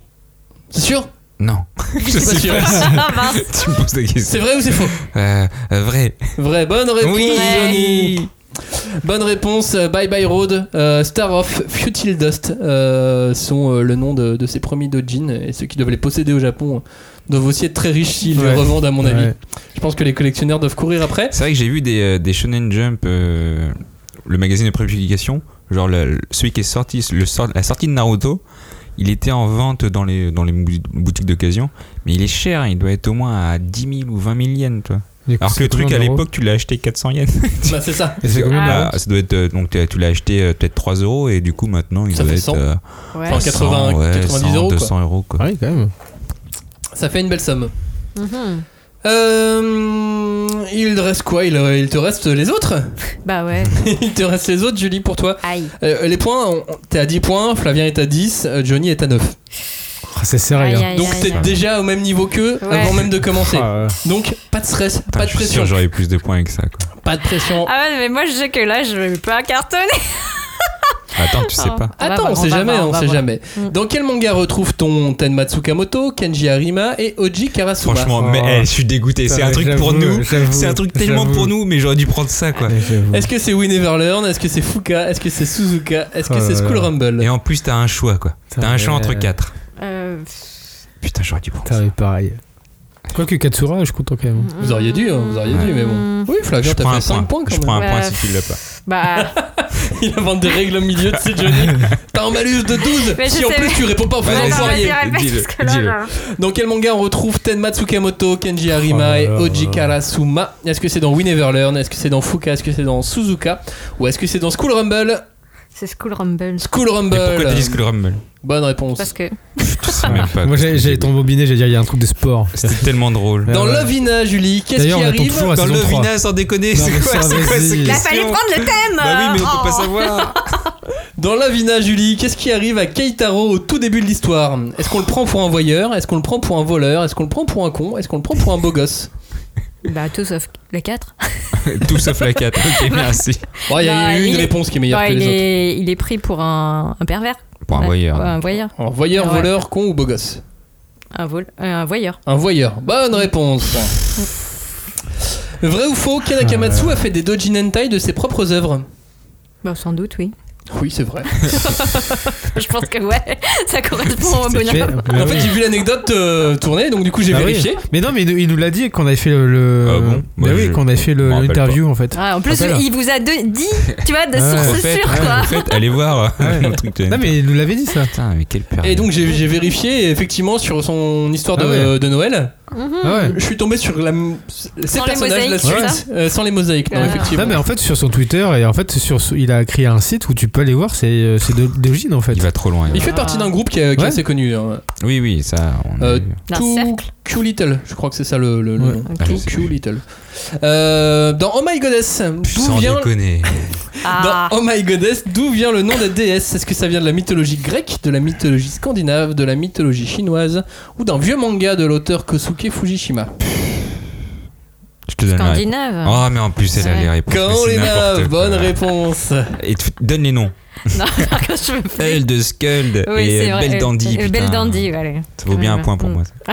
[SPEAKER 1] C'est sûr
[SPEAKER 3] Non.
[SPEAKER 1] Je suis pas sûr.
[SPEAKER 4] Ah, mince.
[SPEAKER 3] tu me poses la question.
[SPEAKER 1] C'est vrai ou c'est faux
[SPEAKER 3] Euh, euh, vrai.
[SPEAKER 1] Vrai, bonne réponse,
[SPEAKER 3] Oui.
[SPEAKER 1] Johnny. Bonne réponse, euh, Bye Bye Road, euh, Star of Futile Dust euh, sont euh, le nom de, de ces premiers dojin et ceux qui doivent les posséder au Japon euh, doivent aussi être très riches s'ils
[SPEAKER 2] Ouais.
[SPEAKER 1] le revendent à mon
[SPEAKER 2] Ouais.
[SPEAKER 1] avis. Je pense que les collectionneurs doivent courir après.
[SPEAKER 3] C'est vrai que j'ai vu des, euh, des Shonen Jump, euh, le magazine de prépublication, genre le- le- celui qui est sorti, le sort- la sortie de Naruto, il était en vente dans les, dans les bou- boutiques d'occasion, mais il est cher, hein. il doit être au moins à 10 000 ou 20 000 yens, toi.
[SPEAKER 2] Du coup,
[SPEAKER 3] Alors que
[SPEAKER 2] c'est
[SPEAKER 3] le truc
[SPEAKER 2] combien
[SPEAKER 3] à
[SPEAKER 2] d'euros
[SPEAKER 3] l'époque, tu l'as acheté 400 yens.
[SPEAKER 1] Bah, c'est ça.
[SPEAKER 2] Et c'est combien
[SPEAKER 4] Ah.
[SPEAKER 2] d'euros
[SPEAKER 3] Bah, ça doit être, euh, donc t'as- tu l'as acheté euh, peut-être 3 euros, et du coup maintenant il
[SPEAKER 1] Ça
[SPEAKER 3] doit
[SPEAKER 1] fait
[SPEAKER 3] être
[SPEAKER 1] 100.
[SPEAKER 3] euh,
[SPEAKER 4] Ouais.
[SPEAKER 1] Enfin, 80, 90 euros, quoi.
[SPEAKER 3] 200 euros quoi.
[SPEAKER 2] Ah oui, quand même.
[SPEAKER 1] Ça fait une belle somme.
[SPEAKER 4] Mhm.
[SPEAKER 1] Euh, il reste quoi il, euh, il te reste les autres
[SPEAKER 4] Bah ouais.
[SPEAKER 1] Il te reste les autres, Julie, pour toi.
[SPEAKER 4] Aïe.
[SPEAKER 1] Euh, les points, on- on- t'es à 10 points, Flavien est à 10, euh, Johnny est à 9.
[SPEAKER 2] Ah, c'est
[SPEAKER 4] Aïe,
[SPEAKER 2] sérieux.
[SPEAKER 4] aïe,
[SPEAKER 1] Donc
[SPEAKER 4] aïe,
[SPEAKER 1] t'es
[SPEAKER 4] aïe.
[SPEAKER 1] déjà au même niveau qu'eux
[SPEAKER 4] Ouais.
[SPEAKER 1] avant même de commencer.
[SPEAKER 2] Ah, ouais.
[SPEAKER 1] Donc pas de stress,
[SPEAKER 3] Putain,
[SPEAKER 1] pas
[SPEAKER 3] je
[SPEAKER 1] de
[SPEAKER 3] suis sûr
[SPEAKER 1] pression.
[SPEAKER 3] que j'aurais plus de points avec ça. Quoi.
[SPEAKER 1] Pas de pression.
[SPEAKER 4] Ah ouais, mais moi, je sais que là, je vais pas cartonner.
[SPEAKER 3] Attends, tu sais pas.
[SPEAKER 4] Ah, bah,
[SPEAKER 1] Attends,
[SPEAKER 4] bah,
[SPEAKER 1] on sait
[SPEAKER 4] va
[SPEAKER 1] jamais, hein,
[SPEAKER 4] voir,
[SPEAKER 1] on
[SPEAKER 4] va
[SPEAKER 1] sait
[SPEAKER 4] voir.
[SPEAKER 1] jamais.
[SPEAKER 4] Mm.
[SPEAKER 1] Dans quel manga retrouve-t-on Tenmatsu Kamoto, Kenji Arima et Oji Karasuma
[SPEAKER 3] Franchement,
[SPEAKER 2] Oh.
[SPEAKER 3] mais eh, je suis dégoûté. C'est un
[SPEAKER 2] Ouais,
[SPEAKER 3] truc pour
[SPEAKER 2] j'avoue,
[SPEAKER 3] nous.
[SPEAKER 2] j'avoue,
[SPEAKER 3] C'est un truc tellement
[SPEAKER 2] j'avoue.
[SPEAKER 3] pour nous, mais j'aurais dû prendre ça, quoi.
[SPEAKER 2] Ouais, j'avoue.
[SPEAKER 1] Est-ce que c'est We Never Learn Est-ce que c'est Fuka Est-ce que c'est Suzuka Est-ce que
[SPEAKER 2] Oh
[SPEAKER 1] c'est
[SPEAKER 2] là
[SPEAKER 1] School
[SPEAKER 2] là.
[SPEAKER 1] Rumble
[SPEAKER 3] Et en plus, t'as un choix, quoi. T'as un choix entre
[SPEAKER 2] Ouais.
[SPEAKER 3] quatre.
[SPEAKER 4] Euh,
[SPEAKER 3] Putain, j'aurais dû prendre
[SPEAKER 2] Putain,
[SPEAKER 3] ça.
[SPEAKER 2] mais pareil. Quoique Katsura, je suis content quand même.
[SPEAKER 1] Vous auriez dû, hein, vous auriez dû,
[SPEAKER 4] Mm.
[SPEAKER 1] mais bon. Oui, Flavien,
[SPEAKER 3] Je
[SPEAKER 1] t'as
[SPEAKER 3] prends
[SPEAKER 1] fait
[SPEAKER 3] un
[SPEAKER 1] 5
[SPEAKER 3] point.
[SPEAKER 1] points quand
[SPEAKER 3] Je
[SPEAKER 1] même.
[SPEAKER 3] prends un point
[SPEAKER 4] Ouais.
[SPEAKER 3] si tu l'as pas.
[SPEAKER 4] Bah,
[SPEAKER 1] Il invente des règles au milieu de ses Johnny. T'as un malus de 12
[SPEAKER 4] Mais je
[SPEAKER 1] si en
[SPEAKER 4] sais,
[SPEAKER 1] plus
[SPEAKER 4] mais-
[SPEAKER 1] tu réponds pas au
[SPEAKER 4] bah
[SPEAKER 1] premier
[SPEAKER 4] non,
[SPEAKER 1] foyer.
[SPEAKER 4] vas-y, répète,
[SPEAKER 3] Dis-le,
[SPEAKER 4] parce que là,
[SPEAKER 3] dis-le.
[SPEAKER 4] là.
[SPEAKER 1] Dans quel manga on retrouve Tenmatsu Kamoto, Kenji Arima
[SPEAKER 2] Oh là
[SPEAKER 1] et
[SPEAKER 2] là
[SPEAKER 1] Oji
[SPEAKER 2] là là.
[SPEAKER 1] Karasuma Est-ce que c'est dans We Never Learn Est-ce que c'est dans Fuka Est-ce que c'est dans Suzuka Ou est-ce que c'est dans School Rumble
[SPEAKER 4] C'est School Rumble.
[SPEAKER 1] School
[SPEAKER 3] Mais
[SPEAKER 1] Rumble
[SPEAKER 3] pourquoi t'as dit Skull Rumble
[SPEAKER 1] Bonne
[SPEAKER 3] Bah,
[SPEAKER 1] réponse.
[SPEAKER 4] Parce que.
[SPEAKER 3] Je sais même pas.
[SPEAKER 2] Moi,
[SPEAKER 3] quoi.
[SPEAKER 2] j'ai- j'allais tomber j'allais dire, il y a un truc de sport.
[SPEAKER 3] C'était tellement drôle.
[SPEAKER 2] Ouais.
[SPEAKER 1] Dans Lovina, Julie, qu'est-ce qui
[SPEAKER 2] D'ailleurs, on attend
[SPEAKER 1] arrive
[SPEAKER 2] toujours la
[SPEAKER 3] Dans
[SPEAKER 2] saison
[SPEAKER 3] le
[SPEAKER 2] 3.
[SPEAKER 3] vina, sans déconner,
[SPEAKER 2] Non,
[SPEAKER 3] c'est
[SPEAKER 2] mais
[SPEAKER 3] quoi
[SPEAKER 2] ça,
[SPEAKER 3] C'est quoi
[SPEAKER 2] vas-y.
[SPEAKER 3] ces
[SPEAKER 2] Il a
[SPEAKER 4] Il a
[SPEAKER 3] questions
[SPEAKER 4] fallu prendre le thème
[SPEAKER 3] Bah oui, mais on
[SPEAKER 4] Oh.
[SPEAKER 3] peut pas savoir.
[SPEAKER 1] Dans Lovina, Julie, qu'est-ce qui arrive à Keitaro au tout début de l'histoire Est-ce qu'on le prend pour un voyeur Est-ce qu'on le prend pour un voleur Est-ce qu'on le prend pour un con Est-ce qu'on le prend pour un beau gosse
[SPEAKER 4] Bah, tout sauf les 4.
[SPEAKER 3] Tout sauf la 4. Ok, merci.
[SPEAKER 1] Bon, Il y
[SPEAKER 4] Bah,
[SPEAKER 1] a eu une
[SPEAKER 4] il est-
[SPEAKER 1] réponse qui est meilleure que
[SPEAKER 4] il,
[SPEAKER 1] les autres.
[SPEAKER 4] est, il est pris pour un, un pervers.
[SPEAKER 3] Pour un
[SPEAKER 4] Ouais, ouais,
[SPEAKER 3] voyeur.
[SPEAKER 4] Un voyeur.
[SPEAKER 1] Alors, voyeur,
[SPEAKER 4] Ouais.
[SPEAKER 1] voleur, con ou beau gosse
[SPEAKER 4] Un, vol, euh, un voyeur.
[SPEAKER 1] Un voyeur. Bonne réponse. Vrai ou faux, Ken Akamatsu a fait des doji hentai de ses propres œuvres
[SPEAKER 4] Bah, sans doute, oui.
[SPEAKER 1] Oui, c'est vrai.
[SPEAKER 4] Je pense que ouais, ça correspond
[SPEAKER 1] Oh,
[SPEAKER 4] au
[SPEAKER 2] Mais-
[SPEAKER 4] bonheur.
[SPEAKER 2] mais
[SPEAKER 1] en fait,
[SPEAKER 2] Ah oui.
[SPEAKER 1] j'ai vu l'anecdote euh, tourner, donc du coup j'ai
[SPEAKER 2] Ah oui.
[SPEAKER 1] vérifié.
[SPEAKER 2] Mais non, mais il, il nous l'a dit qu'on avait fait le. le-
[SPEAKER 3] Ah bon
[SPEAKER 2] Bah
[SPEAKER 3] Bah,
[SPEAKER 2] oui,
[SPEAKER 3] je-
[SPEAKER 2] qu'on avait fait le-
[SPEAKER 3] m'en rappelle
[SPEAKER 2] l'interview en fait.
[SPEAKER 4] Ah, en plus,
[SPEAKER 2] Rappelle.
[SPEAKER 4] il vous a de- dit, tu vois, de
[SPEAKER 2] Ah,
[SPEAKER 3] Au
[SPEAKER 4] sources
[SPEAKER 3] fait,
[SPEAKER 4] sûres,
[SPEAKER 3] ouais,
[SPEAKER 4] quoi.
[SPEAKER 3] au fait, allez voir
[SPEAKER 2] Ouais.
[SPEAKER 3] le truc de-
[SPEAKER 2] Non, mais il nous l'avait dit ça.
[SPEAKER 3] Putain, mais quelle période.
[SPEAKER 1] Et donc j'ai j'ai vérifié, et effectivement, sur son histoire de,
[SPEAKER 2] Ah ouais.
[SPEAKER 1] de Noël,
[SPEAKER 2] Ah ouais.
[SPEAKER 1] Je suis tombé sur la, ces
[SPEAKER 4] les
[SPEAKER 1] personnages, la
[SPEAKER 4] mosaïques, c'est
[SPEAKER 1] suite, euh, sans les mosaïques, non,
[SPEAKER 4] Ah.
[SPEAKER 1] effectivement.
[SPEAKER 2] Non, mais en fait, sur son Twitter, et en fait, sur, son- il a créé un site où tu peux aller voir, c'est euh, c'est de- d'origine en fait.
[SPEAKER 3] Il va trop loin. il
[SPEAKER 1] Il
[SPEAKER 3] va-
[SPEAKER 1] fait partie d'un groupe qui est, qui est
[SPEAKER 2] Ouais.
[SPEAKER 1] assez connu. hein.
[SPEAKER 3] Oui, oui, ça. On a
[SPEAKER 1] Euh,
[SPEAKER 3] vu.
[SPEAKER 4] D'un
[SPEAKER 1] Too
[SPEAKER 4] cercle.
[SPEAKER 1] Q Little, je crois que c'est ça le, le- le
[SPEAKER 2] Ouais.
[SPEAKER 1] nom.
[SPEAKER 3] Ah, je
[SPEAKER 1] Too
[SPEAKER 3] sais
[SPEAKER 1] Q
[SPEAKER 3] plus.
[SPEAKER 1] Little. Euh, dans Oh My Goddess, d'où
[SPEAKER 3] Sans
[SPEAKER 1] vient,
[SPEAKER 3] déconner.
[SPEAKER 4] Ah,
[SPEAKER 1] dans Oh My Goddess, d'où vient le nom de déesse Est-ce que ça vient de la mythologie grecque, de la mythologie scandinave, de la mythologie chinoise ou d'un vieux manga de l'auteur Kosuke Fujishima
[SPEAKER 3] Je te donne la réponse.
[SPEAKER 4] Scandinave.
[SPEAKER 3] Oh, mais en plus, elle a
[SPEAKER 4] Ouais.
[SPEAKER 3] les réponses. mais c'est
[SPEAKER 1] Carolina,
[SPEAKER 3] n'importe
[SPEAKER 1] bonne
[SPEAKER 3] quoi.
[SPEAKER 1] réponse.
[SPEAKER 3] Et tu- donne les noms.
[SPEAKER 4] Non, par contre, je me fais.
[SPEAKER 3] Elle de Skuld
[SPEAKER 4] Oui,
[SPEAKER 3] et
[SPEAKER 4] c'est vrai.
[SPEAKER 3] Belle Dandy.
[SPEAKER 4] Euh,
[SPEAKER 3] putain.
[SPEAKER 4] Belle Dandy, allez.
[SPEAKER 3] Ça vaut bien un point pour
[SPEAKER 4] Mm.
[SPEAKER 3] moi. ça.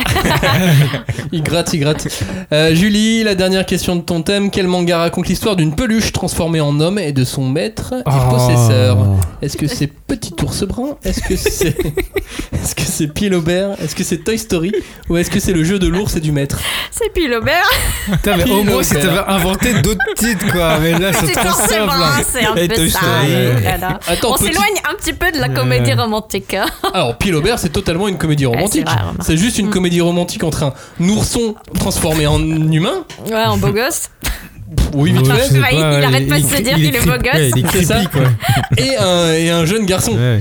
[SPEAKER 1] Il gratte, il gratte. Euh, Julie, la dernière question de ton thème. Quel manga raconte l'histoire d'une peluche transformée en homme et de son maître et
[SPEAKER 2] Oh.
[SPEAKER 1] possesseur Est-ce que c'est Petit Ours Brun Est-ce que c'est Est-ce que c'est Pilobert Est-ce que c'est Toy Story Ou est-ce que c'est le jeu de l'ours et du maître
[SPEAKER 4] C'est Pilobert.
[SPEAKER 2] Putain, mais au moins, si
[SPEAKER 1] Pilobert.
[SPEAKER 2] t'avais inventé d'autres titres, quoi. Mais là, c'est
[SPEAKER 4] C'est
[SPEAKER 2] trop simple.
[SPEAKER 4] forcément,
[SPEAKER 2] hein.
[SPEAKER 4] hein, c'est un
[SPEAKER 3] Et
[SPEAKER 4] peu
[SPEAKER 3] Toy
[SPEAKER 4] ça.
[SPEAKER 3] Story.
[SPEAKER 4] voilà.
[SPEAKER 1] Attends,
[SPEAKER 4] On
[SPEAKER 1] petit-
[SPEAKER 4] s'éloigne un petit peu de la comédie
[SPEAKER 2] Euh.
[SPEAKER 4] romantique. hein.
[SPEAKER 1] Alors Pilobert, c'est totalement une comédie
[SPEAKER 4] Ah, c'est
[SPEAKER 1] romantique.
[SPEAKER 4] vrai, remarque. Mm.
[SPEAKER 1] c'est juste une comédie romantique entre un ourson transformé en humain.
[SPEAKER 4] Ouais, en beau gosse.
[SPEAKER 1] Pff, Oui, vite
[SPEAKER 2] Ouais, je
[SPEAKER 1] fait.
[SPEAKER 2] sais
[SPEAKER 4] Bah, il- il arrête pas de se
[SPEAKER 2] cri-
[SPEAKER 4] dire qu'il est
[SPEAKER 2] creep-
[SPEAKER 4] beau gosse.
[SPEAKER 2] ouais, il est
[SPEAKER 1] C'est ça
[SPEAKER 2] creepy, quoi.
[SPEAKER 1] Et un, et un jeune garçon.
[SPEAKER 2] Ouais.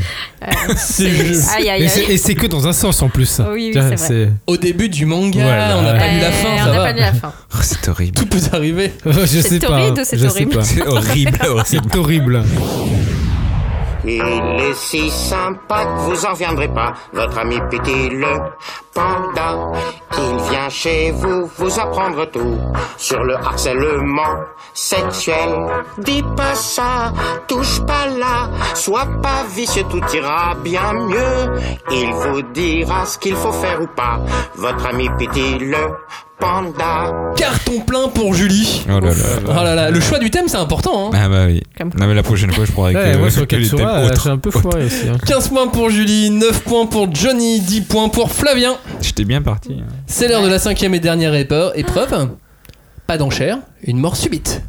[SPEAKER 1] C'est juste-
[SPEAKER 4] Aïe, aïe,
[SPEAKER 2] Et c'est-
[SPEAKER 4] aïe.
[SPEAKER 2] et c'est que dans un sens en plus.
[SPEAKER 4] Oui, oui,
[SPEAKER 2] Tiens,
[SPEAKER 4] c'est vrai.
[SPEAKER 1] Au début du manga,
[SPEAKER 2] Voilà.
[SPEAKER 1] on n'a pas
[SPEAKER 2] Euh,
[SPEAKER 1] eu la fin,
[SPEAKER 4] Eh,
[SPEAKER 1] ça
[SPEAKER 4] on n'a
[SPEAKER 1] va.
[SPEAKER 4] pas lu la fin.
[SPEAKER 3] Oh, c'est horrible.
[SPEAKER 1] Tout peut arriver.
[SPEAKER 2] je
[SPEAKER 4] C'est
[SPEAKER 2] sais pas.
[SPEAKER 4] horrible ou c'est
[SPEAKER 2] je
[SPEAKER 4] horrible
[SPEAKER 2] sais pas.
[SPEAKER 3] C'est horrible, horrible.
[SPEAKER 2] C'est horrible.
[SPEAKER 7] Il est si sympa que vous en viendrez pas, votre ami Petit le panda. Il vient chez vous vous apprendre tout sur le harcèlement sexuel. Dis pas ça, touche pas là, sois pas vicieux, tout ira bien mieux. Il vous dira ce qu'il faut faire ou pas, votre ami Petit le panda.
[SPEAKER 1] Carton plein pour Julie.
[SPEAKER 3] Oh là
[SPEAKER 1] Oh
[SPEAKER 3] là.
[SPEAKER 1] là là, le choix du thème c'est important. hein.
[SPEAKER 3] Ah bah oui.
[SPEAKER 4] Comme-
[SPEAKER 3] Non, mais la prochaine fois, je prendrai que,
[SPEAKER 2] Ouais, moi, sur
[SPEAKER 3] que les thèmes
[SPEAKER 2] Katsura,
[SPEAKER 3] autres.
[SPEAKER 2] j'ai un peu foiré aussi. hein.
[SPEAKER 1] 15 points pour Julie, 9 points pour Johnny, 10 points pour Flavien.
[SPEAKER 3] J'étais bien parti. hein.
[SPEAKER 1] C'est l'heure de la cinquième et dernière épe- épreuve. Pas d'enchère, une mort subite.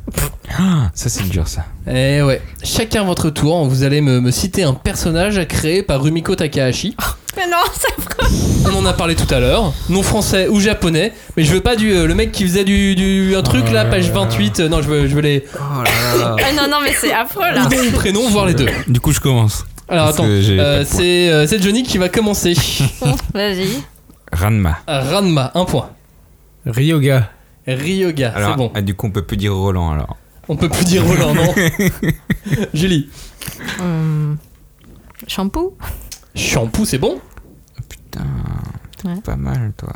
[SPEAKER 3] Ah, ça, c'est dur, ça.
[SPEAKER 1] Eh ouais, chacun votre tour, vous allez me, me citer un personnage créé par Rumiko Takahashi.
[SPEAKER 4] Mais non, c'est
[SPEAKER 1] On en a parlé tout à l'heure, non français ou japonais, mais je veux pas du euh, le mec qui faisait du, du- un truc là, page 28, euh, non je veux, je veux les
[SPEAKER 4] Ah non, non, mais c'est affreux là.
[SPEAKER 1] nom ou prénom, voir les deux.
[SPEAKER 3] Du coup, je commence.
[SPEAKER 1] Alors
[SPEAKER 3] Parce
[SPEAKER 1] attends,
[SPEAKER 3] que j'ai
[SPEAKER 1] euh,
[SPEAKER 3] pas de points.
[SPEAKER 1] c'est euh, c'est Johnny qui va commencer.
[SPEAKER 4] Vas-y.
[SPEAKER 3] Ranma.
[SPEAKER 1] Ranma, un point.
[SPEAKER 2] Ryoga.
[SPEAKER 1] Ryoga,
[SPEAKER 3] Alors,
[SPEAKER 1] c'est bon.
[SPEAKER 3] ah, du coup, on peut plus dire Roland alors.
[SPEAKER 1] On peut plus dire Roland, non Julie.
[SPEAKER 4] Hum. Shampoo
[SPEAKER 1] Shampoo, c'est bon
[SPEAKER 3] Putain, t'es
[SPEAKER 4] Ouais.
[SPEAKER 3] pas mal, toi.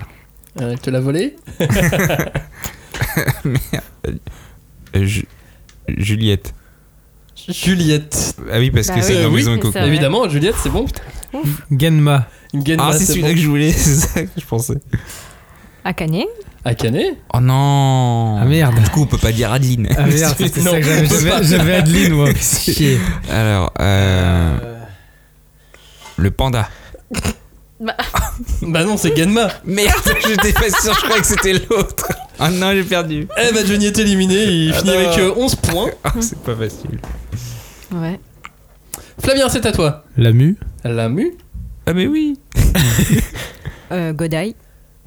[SPEAKER 1] Euh, Elle te l'a volé
[SPEAKER 3] Euh, Ju- Juliette.
[SPEAKER 1] Juliette.
[SPEAKER 3] Ah oui, parce
[SPEAKER 4] Bah
[SPEAKER 3] que c'est
[SPEAKER 1] oui.
[SPEAKER 3] dans
[SPEAKER 1] Euh, oui,
[SPEAKER 3] Maison
[SPEAKER 4] mais
[SPEAKER 3] Coco.
[SPEAKER 4] ça- Ouais.
[SPEAKER 1] Évidemment, Juliette, c'est bon.
[SPEAKER 2] Ganma.
[SPEAKER 1] Ganma,
[SPEAKER 3] Ah, c'est celui-là
[SPEAKER 1] bon.
[SPEAKER 3] que je voulais, c'est ça que je pensais.
[SPEAKER 4] Akane
[SPEAKER 1] Akane
[SPEAKER 3] Oh non
[SPEAKER 2] Ah merde.
[SPEAKER 3] Du coup, on peut pas dire Adeline.
[SPEAKER 2] Ah merde, c'est
[SPEAKER 1] Non,
[SPEAKER 2] ça que
[SPEAKER 1] on peut
[SPEAKER 2] j'avais-
[SPEAKER 1] pas.
[SPEAKER 2] j'avais. J'avais Adeline, moi. Chier.
[SPEAKER 3] Alors, euh, le panda.
[SPEAKER 1] Bah non, c'est Ganma.
[SPEAKER 3] Merde, j'étais pas sûr, je croyais que c'était l'autre. Ah non, j'ai perdu.
[SPEAKER 1] Eh bah Johnny est éliminé, il finit avec euh, 11 points.
[SPEAKER 3] Ah, c'est pas facile.
[SPEAKER 4] Ouais.
[SPEAKER 1] Flavien, c'est à toi.
[SPEAKER 2] La mue.
[SPEAKER 1] La mu
[SPEAKER 3] Ah mais oui
[SPEAKER 4] Euh, Godai.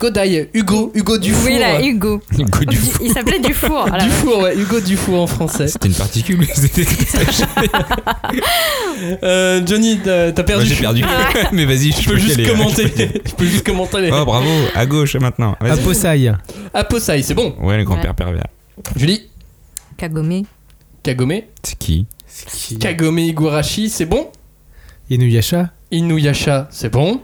[SPEAKER 1] Godai, Hugo, Hugo Dufour.
[SPEAKER 4] Oui, là, Hugo.
[SPEAKER 3] Le goût du
[SPEAKER 4] Du-
[SPEAKER 3] fou.
[SPEAKER 4] Il s'appelait Dufour. Ah, là, ouais.
[SPEAKER 1] Dufour, ouais, Hugo Dufour en français.
[SPEAKER 3] C'était une particule. c'était détaché.
[SPEAKER 1] Euh, Johnny, t'as t'as
[SPEAKER 3] Moi,
[SPEAKER 1] perdu.
[SPEAKER 3] j'ai perdu. mais vas-y, je
[SPEAKER 1] Je peux
[SPEAKER 3] y
[SPEAKER 1] juste
[SPEAKER 3] aller, là.
[SPEAKER 1] commenter. Je peux juste commenter les.
[SPEAKER 3] Oh bravo, à gauche maintenant. Vas-y.
[SPEAKER 2] Aposai.
[SPEAKER 1] Aposai, c'est bon.
[SPEAKER 3] Ouais, le grand-père pervers.
[SPEAKER 1] Julie,
[SPEAKER 4] Kagome.
[SPEAKER 1] Kagome.
[SPEAKER 3] C'est qui
[SPEAKER 1] Kagome Igurashi, c'est bon.
[SPEAKER 2] Inuyasha.
[SPEAKER 1] Inuyasha, c'est bon.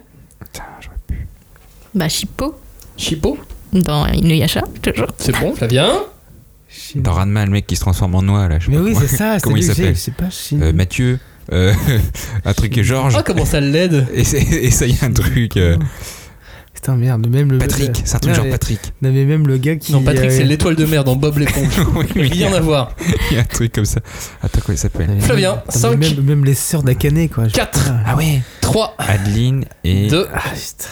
[SPEAKER 4] Bah, Shippo.
[SPEAKER 1] Shippo,
[SPEAKER 4] Dans Inuyasha, toujours.
[SPEAKER 1] c'est bon. Flavien.
[SPEAKER 3] Dans Ranma, le mec qui se transforme en noix là. je sais
[SPEAKER 2] Mais
[SPEAKER 3] pas
[SPEAKER 2] oui,
[SPEAKER 3] comment-
[SPEAKER 2] c'est ça. c'est
[SPEAKER 3] Comment il
[SPEAKER 2] lui que j'ai-
[SPEAKER 3] s'appelle
[SPEAKER 2] Je sais pas. Shin-
[SPEAKER 3] Euh, Mathieu, euh, un truc et Georges.
[SPEAKER 1] Oh, comment ça l'aide
[SPEAKER 3] Et, c'est- et ça y est, un truc. euh,
[SPEAKER 2] Putain, merde. Même le.
[SPEAKER 3] Patrick, c'est un truc
[SPEAKER 2] Non,
[SPEAKER 3] genre
[SPEAKER 2] mais-
[SPEAKER 3] Patrick.
[SPEAKER 2] Non, mais même le gars qui.
[SPEAKER 1] Non, Patrick,
[SPEAKER 2] euh,
[SPEAKER 1] c'est l'étoile de mer dans Bob l'éponge.
[SPEAKER 3] oui, oui, il y,
[SPEAKER 1] Rien
[SPEAKER 3] a-
[SPEAKER 1] à voir.
[SPEAKER 3] il y a un truc comme ça. Attends, comment il s'appelle
[SPEAKER 2] mais
[SPEAKER 1] Flavien,
[SPEAKER 2] même-
[SPEAKER 1] cinq.
[SPEAKER 2] Même, même les sœurs d'Akane, quoi. Je-
[SPEAKER 1] 4,
[SPEAKER 2] Ah ouais.
[SPEAKER 1] 3,
[SPEAKER 3] Adeline et,
[SPEAKER 1] 2,
[SPEAKER 2] Ah, putain.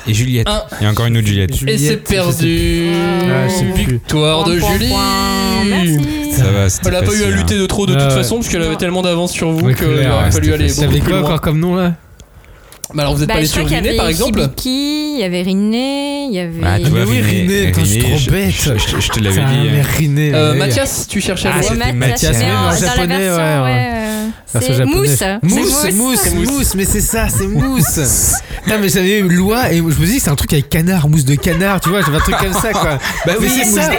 [SPEAKER 3] et Juliette.
[SPEAKER 1] Un.
[SPEAKER 3] Il y a encore une autre Juliette.
[SPEAKER 1] et
[SPEAKER 2] Juliette,
[SPEAKER 1] c'est perdu.
[SPEAKER 2] Ah, je sais plus.
[SPEAKER 1] Victoire de
[SPEAKER 4] Point, point,
[SPEAKER 1] Julie.
[SPEAKER 4] point. Merci.
[SPEAKER 3] Ça va, c'était
[SPEAKER 1] Elle a pas eu à
[SPEAKER 3] facile,
[SPEAKER 1] lutter
[SPEAKER 3] hein.
[SPEAKER 1] de trop de
[SPEAKER 2] Ah
[SPEAKER 1] toute
[SPEAKER 2] ouais.
[SPEAKER 1] façon parce qu'elle avait
[SPEAKER 4] Non.
[SPEAKER 1] tellement d'avance sur vous
[SPEAKER 2] Ouais,
[SPEAKER 1] qu'il
[SPEAKER 2] clair,
[SPEAKER 1] aurait
[SPEAKER 3] ouais,
[SPEAKER 1] fallu
[SPEAKER 3] c'était
[SPEAKER 1] aller
[SPEAKER 3] facile.
[SPEAKER 1] beaucoup
[SPEAKER 2] T'avais
[SPEAKER 1] plus
[SPEAKER 2] quoi
[SPEAKER 1] loin.
[SPEAKER 2] encore comme nom là
[SPEAKER 1] Bah alors vous êtes
[SPEAKER 4] Bah,
[SPEAKER 1] pas allé
[SPEAKER 4] je crois
[SPEAKER 1] sur
[SPEAKER 4] qu'il y
[SPEAKER 1] Riné
[SPEAKER 4] avait
[SPEAKER 1] par exemple
[SPEAKER 4] Hibiki, il y avait Riné, il y avait.
[SPEAKER 3] Ah, tu vois, Riné, Riné,
[SPEAKER 2] putain, je suis trop
[SPEAKER 3] je-
[SPEAKER 2] bête.
[SPEAKER 3] Je, je- je te l'avais
[SPEAKER 2] Putain,
[SPEAKER 3] dit.
[SPEAKER 2] mais
[SPEAKER 3] hein.
[SPEAKER 2] Riné,
[SPEAKER 1] Euh,
[SPEAKER 2] ouais.
[SPEAKER 1] Mathias, tu cherchais à
[SPEAKER 3] Ah,
[SPEAKER 1] le voir
[SPEAKER 3] c'était Mathias,
[SPEAKER 4] mais
[SPEAKER 2] mais en
[SPEAKER 4] en- dans la
[SPEAKER 2] japonais,
[SPEAKER 4] version,
[SPEAKER 2] ouais, ouais.
[SPEAKER 4] ouais, euh,
[SPEAKER 2] Version
[SPEAKER 4] c'est
[SPEAKER 2] japonaise.
[SPEAKER 4] mousse. C'est
[SPEAKER 2] Mousse, mousse, mousse, mais c'est ça, c'est mousse. Non, mais j'avais eu loi et je me dis que c'est un truc avec canard, mousse de canard, tu vois, j'avais un truc comme ça, quoi.
[SPEAKER 3] Bah
[SPEAKER 2] mais
[SPEAKER 3] oui,
[SPEAKER 2] c'est
[SPEAKER 3] mousse
[SPEAKER 2] ça.
[SPEAKER 3] de-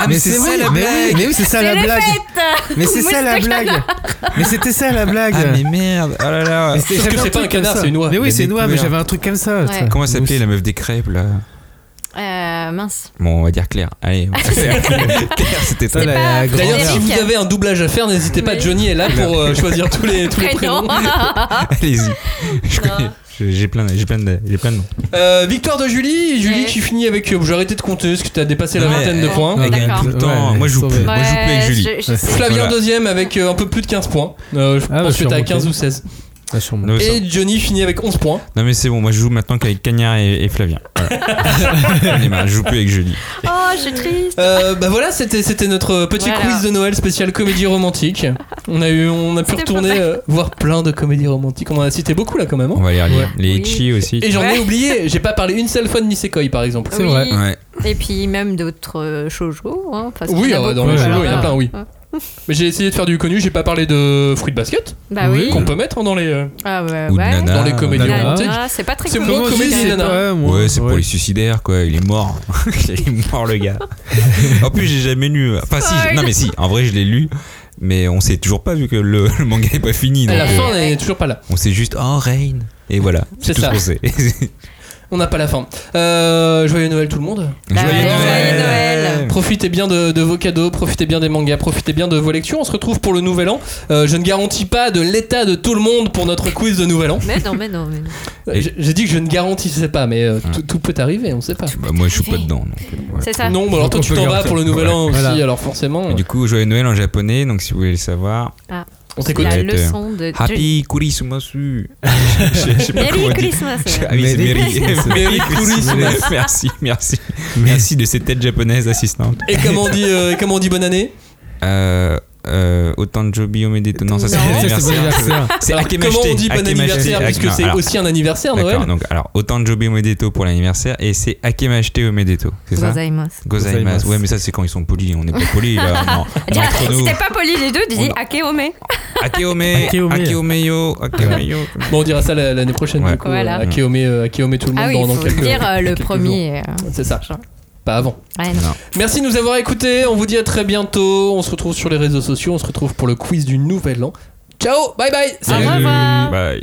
[SPEAKER 2] Ah, mais c'est ça la blague. Mais oui, c'est ça la
[SPEAKER 4] les
[SPEAKER 2] blague.
[SPEAKER 4] fêtes
[SPEAKER 2] Mais c'est ça
[SPEAKER 4] Mousse
[SPEAKER 2] la
[SPEAKER 4] de
[SPEAKER 2] blague. Mais c'était ça la blague.
[SPEAKER 3] Ah, mais merde. Oh là là.
[SPEAKER 2] Mais c'était-
[SPEAKER 1] Ah, Sauf
[SPEAKER 2] j'avais
[SPEAKER 1] que c'est pas
[SPEAKER 2] un truc
[SPEAKER 1] un canard,
[SPEAKER 2] comme ça.
[SPEAKER 1] c'est une oie.
[SPEAKER 2] Mais oui,
[SPEAKER 3] Mais
[SPEAKER 2] c'est une oie, mais
[SPEAKER 3] découvert.
[SPEAKER 2] j'avais un truc comme ça.
[SPEAKER 4] Ouais.
[SPEAKER 2] putain.
[SPEAKER 3] Comment s'appelait
[SPEAKER 2] Mousse.
[SPEAKER 3] la meuf des crêpes là
[SPEAKER 4] Euh, mince.
[SPEAKER 3] Bon, on va dire Claire. Allez, on va faire Claire. Claire, c'était
[SPEAKER 2] Ça,
[SPEAKER 3] toi.
[SPEAKER 4] C'est
[SPEAKER 2] la-
[SPEAKER 4] pas
[SPEAKER 2] la
[SPEAKER 4] Frédéric.
[SPEAKER 2] grandeur.
[SPEAKER 1] D'ailleurs, si vous
[SPEAKER 4] Merde.
[SPEAKER 1] avez un doublage à faire, n'hésitez pas,
[SPEAKER 4] Oui.
[SPEAKER 1] Johnny est là pour euh, choisir tous les, tous les
[SPEAKER 4] Prénom.
[SPEAKER 1] prénoms.
[SPEAKER 3] Allez-y. Je
[SPEAKER 4] Non.
[SPEAKER 3] connais- J'ai j'ai plein, de- j'ai plein de, j'ai plein de noms.
[SPEAKER 1] Euh, victoire de Julie, Julie
[SPEAKER 4] Ouais.
[SPEAKER 1] qui finit avec. euh, J'ai arrêté de compter parce que t'as dépassé la
[SPEAKER 3] Non, mais,
[SPEAKER 1] vingtaine de
[SPEAKER 3] euh,
[SPEAKER 1] points.
[SPEAKER 4] Ouais.
[SPEAKER 3] Elle gagne
[SPEAKER 4] D'accord.
[SPEAKER 3] tout le temps.
[SPEAKER 2] Ouais,
[SPEAKER 3] moi, je
[SPEAKER 2] elle
[SPEAKER 3] joue
[SPEAKER 2] est
[SPEAKER 3] plus.
[SPEAKER 2] sauvée.
[SPEAKER 3] Moi, je joue plus avec
[SPEAKER 4] Ouais,
[SPEAKER 3] Julie.
[SPEAKER 4] je- je sais.
[SPEAKER 1] Flavien
[SPEAKER 3] Voilà.
[SPEAKER 1] deuxième avec euh, un peu plus de 15 points. Euh, je
[SPEAKER 2] Ah, bah,
[SPEAKER 1] pense
[SPEAKER 2] je suis
[SPEAKER 1] que t'es à
[SPEAKER 2] remonté.
[SPEAKER 1] 15 ou 16.
[SPEAKER 2] Ah, je suis remonté.
[SPEAKER 3] Non,
[SPEAKER 1] Et Johnny finit avec 11 points.
[SPEAKER 3] Non mais c'est bon, moi je joue maintenant qu'avec Cagnard et, et Flavien. Voilà. On est marre, je joue plus avec Julie.
[SPEAKER 4] Oh, je suis triste.
[SPEAKER 1] Euh, bah voilà, c'était c'était notre petit
[SPEAKER 4] Voilà.
[SPEAKER 1] quiz de Noël spécial comédie romantique. On a eu, on a pu
[SPEAKER 4] C'était pas
[SPEAKER 1] retourner
[SPEAKER 4] mal.
[SPEAKER 1] euh, voir plein de comédies romantiques. On en a cité beaucoup là quand même. hein.
[SPEAKER 3] On va les relire.
[SPEAKER 1] Ouais.
[SPEAKER 3] Les
[SPEAKER 4] Oui.
[SPEAKER 3] Ichi aussi.
[SPEAKER 1] Et j'en ai
[SPEAKER 4] Ouais.
[SPEAKER 1] oublié. J'ai pas parlé une seule fois de Nisekoi par exemple.
[SPEAKER 2] C'est
[SPEAKER 4] Oui.
[SPEAKER 2] vrai.
[SPEAKER 3] Ouais.
[SPEAKER 4] Et puis même d'autres euh, shoujo. Hein, parce qu'il
[SPEAKER 1] Oui,
[SPEAKER 4] y en a
[SPEAKER 1] euh, dans les
[SPEAKER 4] beaucoup.
[SPEAKER 2] Ouais,
[SPEAKER 1] shoujo, il y en a
[SPEAKER 4] Alors,
[SPEAKER 1] plein, oui.
[SPEAKER 4] Ouais.
[SPEAKER 1] Mais j'ai essayé de faire du connu. J'ai pas parlé de Fruit Basket
[SPEAKER 4] Bah oui.
[SPEAKER 1] qu'on peut mettre dans les euh,
[SPEAKER 4] Ah ouais,
[SPEAKER 3] Ou de
[SPEAKER 4] ouais.
[SPEAKER 3] nana.
[SPEAKER 1] dans les comédies
[SPEAKER 2] Nana.
[SPEAKER 1] romantiques.
[SPEAKER 4] Ah, c'est pas très
[SPEAKER 1] C'est
[SPEAKER 4] cool.
[SPEAKER 1] mon
[SPEAKER 2] Comment
[SPEAKER 1] comédie,
[SPEAKER 2] je sais
[SPEAKER 1] nana.
[SPEAKER 2] pas, moi.
[SPEAKER 3] Ouais, c'est pour
[SPEAKER 2] Ouais.
[SPEAKER 3] les suicidaires quoi, il est mort. il est mort le gars. En plus, j'ai jamais lu. Enfin si, j'ai- non mais si, en vrai je l'ai lu. Mais on sait toujours pas vu que le, le manga est pas fini.
[SPEAKER 1] À
[SPEAKER 3] Donc,
[SPEAKER 4] Ah,
[SPEAKER 1] la
[SPEAKER 3] euh,
[SPEAKER 1] fin, on est toujours pas là.
[SPEAKER 3] on sait juste oh Rain et voilà.
[SPEAKER 1] C'est
[SPEAKER 3] C'est tout
[SPEAKER 1] ça.
[SPEAKER 3] ce qu'on sait.
[SPEAKER 1] On n'a pas la fin. Euh, joyeux Noël tout le monde.
[SPEAKER 4] Bah,
[SPEAKER 3] Joyeux
[SPEAKER 4] joyeux
[SPEAKER 3] Noël.
[SPEAKER 4] Noël.
[SPEAKER 1] Profitez bien de, de vos cadeaux, profitez bien des mangas, profitez bien de vos lectures. On se retrouve pour le nouvel an. Euh, je ne garantis pas de l'état de tout le monde pour notre quiz de nouvel an.
[SPEAKER 4] Mais non, mais non, mais non.
[SPEAKER 1] Euh,
[SPEAKER 3] Et-
[SPEAKER 1] j- J'ai dit que je ne garantissais pas, mais euh, tout- tout peut arriver, on sait pas.
[SPEAKER 3] Bah, moi je suis pas dedans donc. euh, voilà.
[SPEAKER 4] C'est ça.
[SPEAKER 1] Non, bah alors toi
[SPEAKER 2] on
[SPEAKER 1] tu
[SPEAKER 2] peut
[SPEAKER 1] t'en vas
[SPEAKER 2] garantir.
[SPEAKER 1] pour le nouvel an aussi,
[SPEAKER 2] Voilà.
[SPEAKER 1] alors forcément.
[SPEAKER 3] Et Du coup, joyeux Noël en japonais, donc si vous voulez le savoir,
[SPEAKER 1] On t'écoute.
[SPEAKER 4] La
[SPEAKER 3] Ouais,
[SPEAKER 4] leçon de
[SPEAKER 3] Happy Kurisumasu. Je je sais pas comment
[SPEAKER 4] Merry
[SPEAKER 3] on dit.
[SPEAKER 4] Christmas. euh,
[SPEAKER 3] Ah oui, c'est
[SPEAKER 2] Merry
[SPEAKER 3] Merry.
[SPEAKER 2] Christmas.
[SPEAKER 3] Merry
[SPEAKER 2] Merry
[SPEAKER 3] Christmas. Merci, merci. Merci de ces têtes japonaises assistantes.
[SPEAKER 1] Et comme on dit, euh, et comme on dit bonne année
[SPEAKER 3] Euh, euh, autant de Joby au Médito. Non, ça c'est
[SPEAKER 4] Non.
[SPEAKER 3] bon
[SPEAKER 2] Ça, c'est pour
[SPEAKER 3] anniversaire.
[SPEAKER 2] l'anniversaire.
[SPEAKER 3] C'est
[SPEAKER 1] Alors,
[SPEAKER 3] Akemachite.
[SPEAKER 1] Comment on dit bon
[SPEAKER 3] Akemachite.
[SPEAKER 1] anniversaire
[SPEAKER 3] Ak-
[SPEAKER 1] Puisque
[SPEAKER 3] non,
[SPEAKER 1] c'est
[SPEAKER 3] alors,
[SPEAKER 1] aussi un anniversaire,
[SPEAKER 3] D'accord,
[SPEAKER 1] Noël.
[SPEAKER 3] donc alors autant de Joby au Médito pour l'anniversaire et c'est Akemachite au Médito, c'est ça
[SPEAKER 4] Gozaimasu.
[SPEAKER 3] Gozaimasu. Ouais, mais ça c'est quand ils sont polis, on n'est pas polis là. Non, On est
[SPEAKER 4] Tiens,
[SPEAKER 3] entre
[SPEAKER 4] Si
[SPEAKER 3] nous.
[SPEAKER 4] t'es pas poli les deux, dis
[SPEAKER 3] On a-
[SPEAKER 4] Akeome.
[SPEAKER 3] Akeome,
[SPEAKER 2] Akeome.
[SPEAKER 3] Akeome yo, Akeome yo.
[SPEAKER 1] Bon, on dira ça la- l'année prochaine,
[SPEAKER 3] Ouais.
[SPEAKER 1] du coup.
[SPEAKER 4] Voilà.
[SPEAKER 1] euh, Akeome, euh, Akeome tout le monde
[SPEAKER 4] Ah oui,
[SPEAKER 1] dans,
[SPEAKER 4] il
[SPEAKER 1] dans
[SPEAKER 4] faut
[SPEAKER 1] quelques-
[SPEAKER 4] dire euh, le
[SPEAKER 1] quelques jours.
[SPEAKER 4] premier. euh,
[SPEAKER 1] C'est ça,
[SPEAKER 4] machin.
[SPEAKER 1] pas avant.
[SPEAKER 4] Ouais, non.
[SPEAKER 1] Merci de nous avoir écoutés. On vous dit à très bientôt. On se retrouve sur les réseaux sociaux. On se retrouve pour le quiz du nouvel an. Ciao, bye bye.
[SPEAKER 4] Au
[SPEAKER 1] Salut.
[SPEAKER 4] revoir.
[SPEAKER 3] Bye.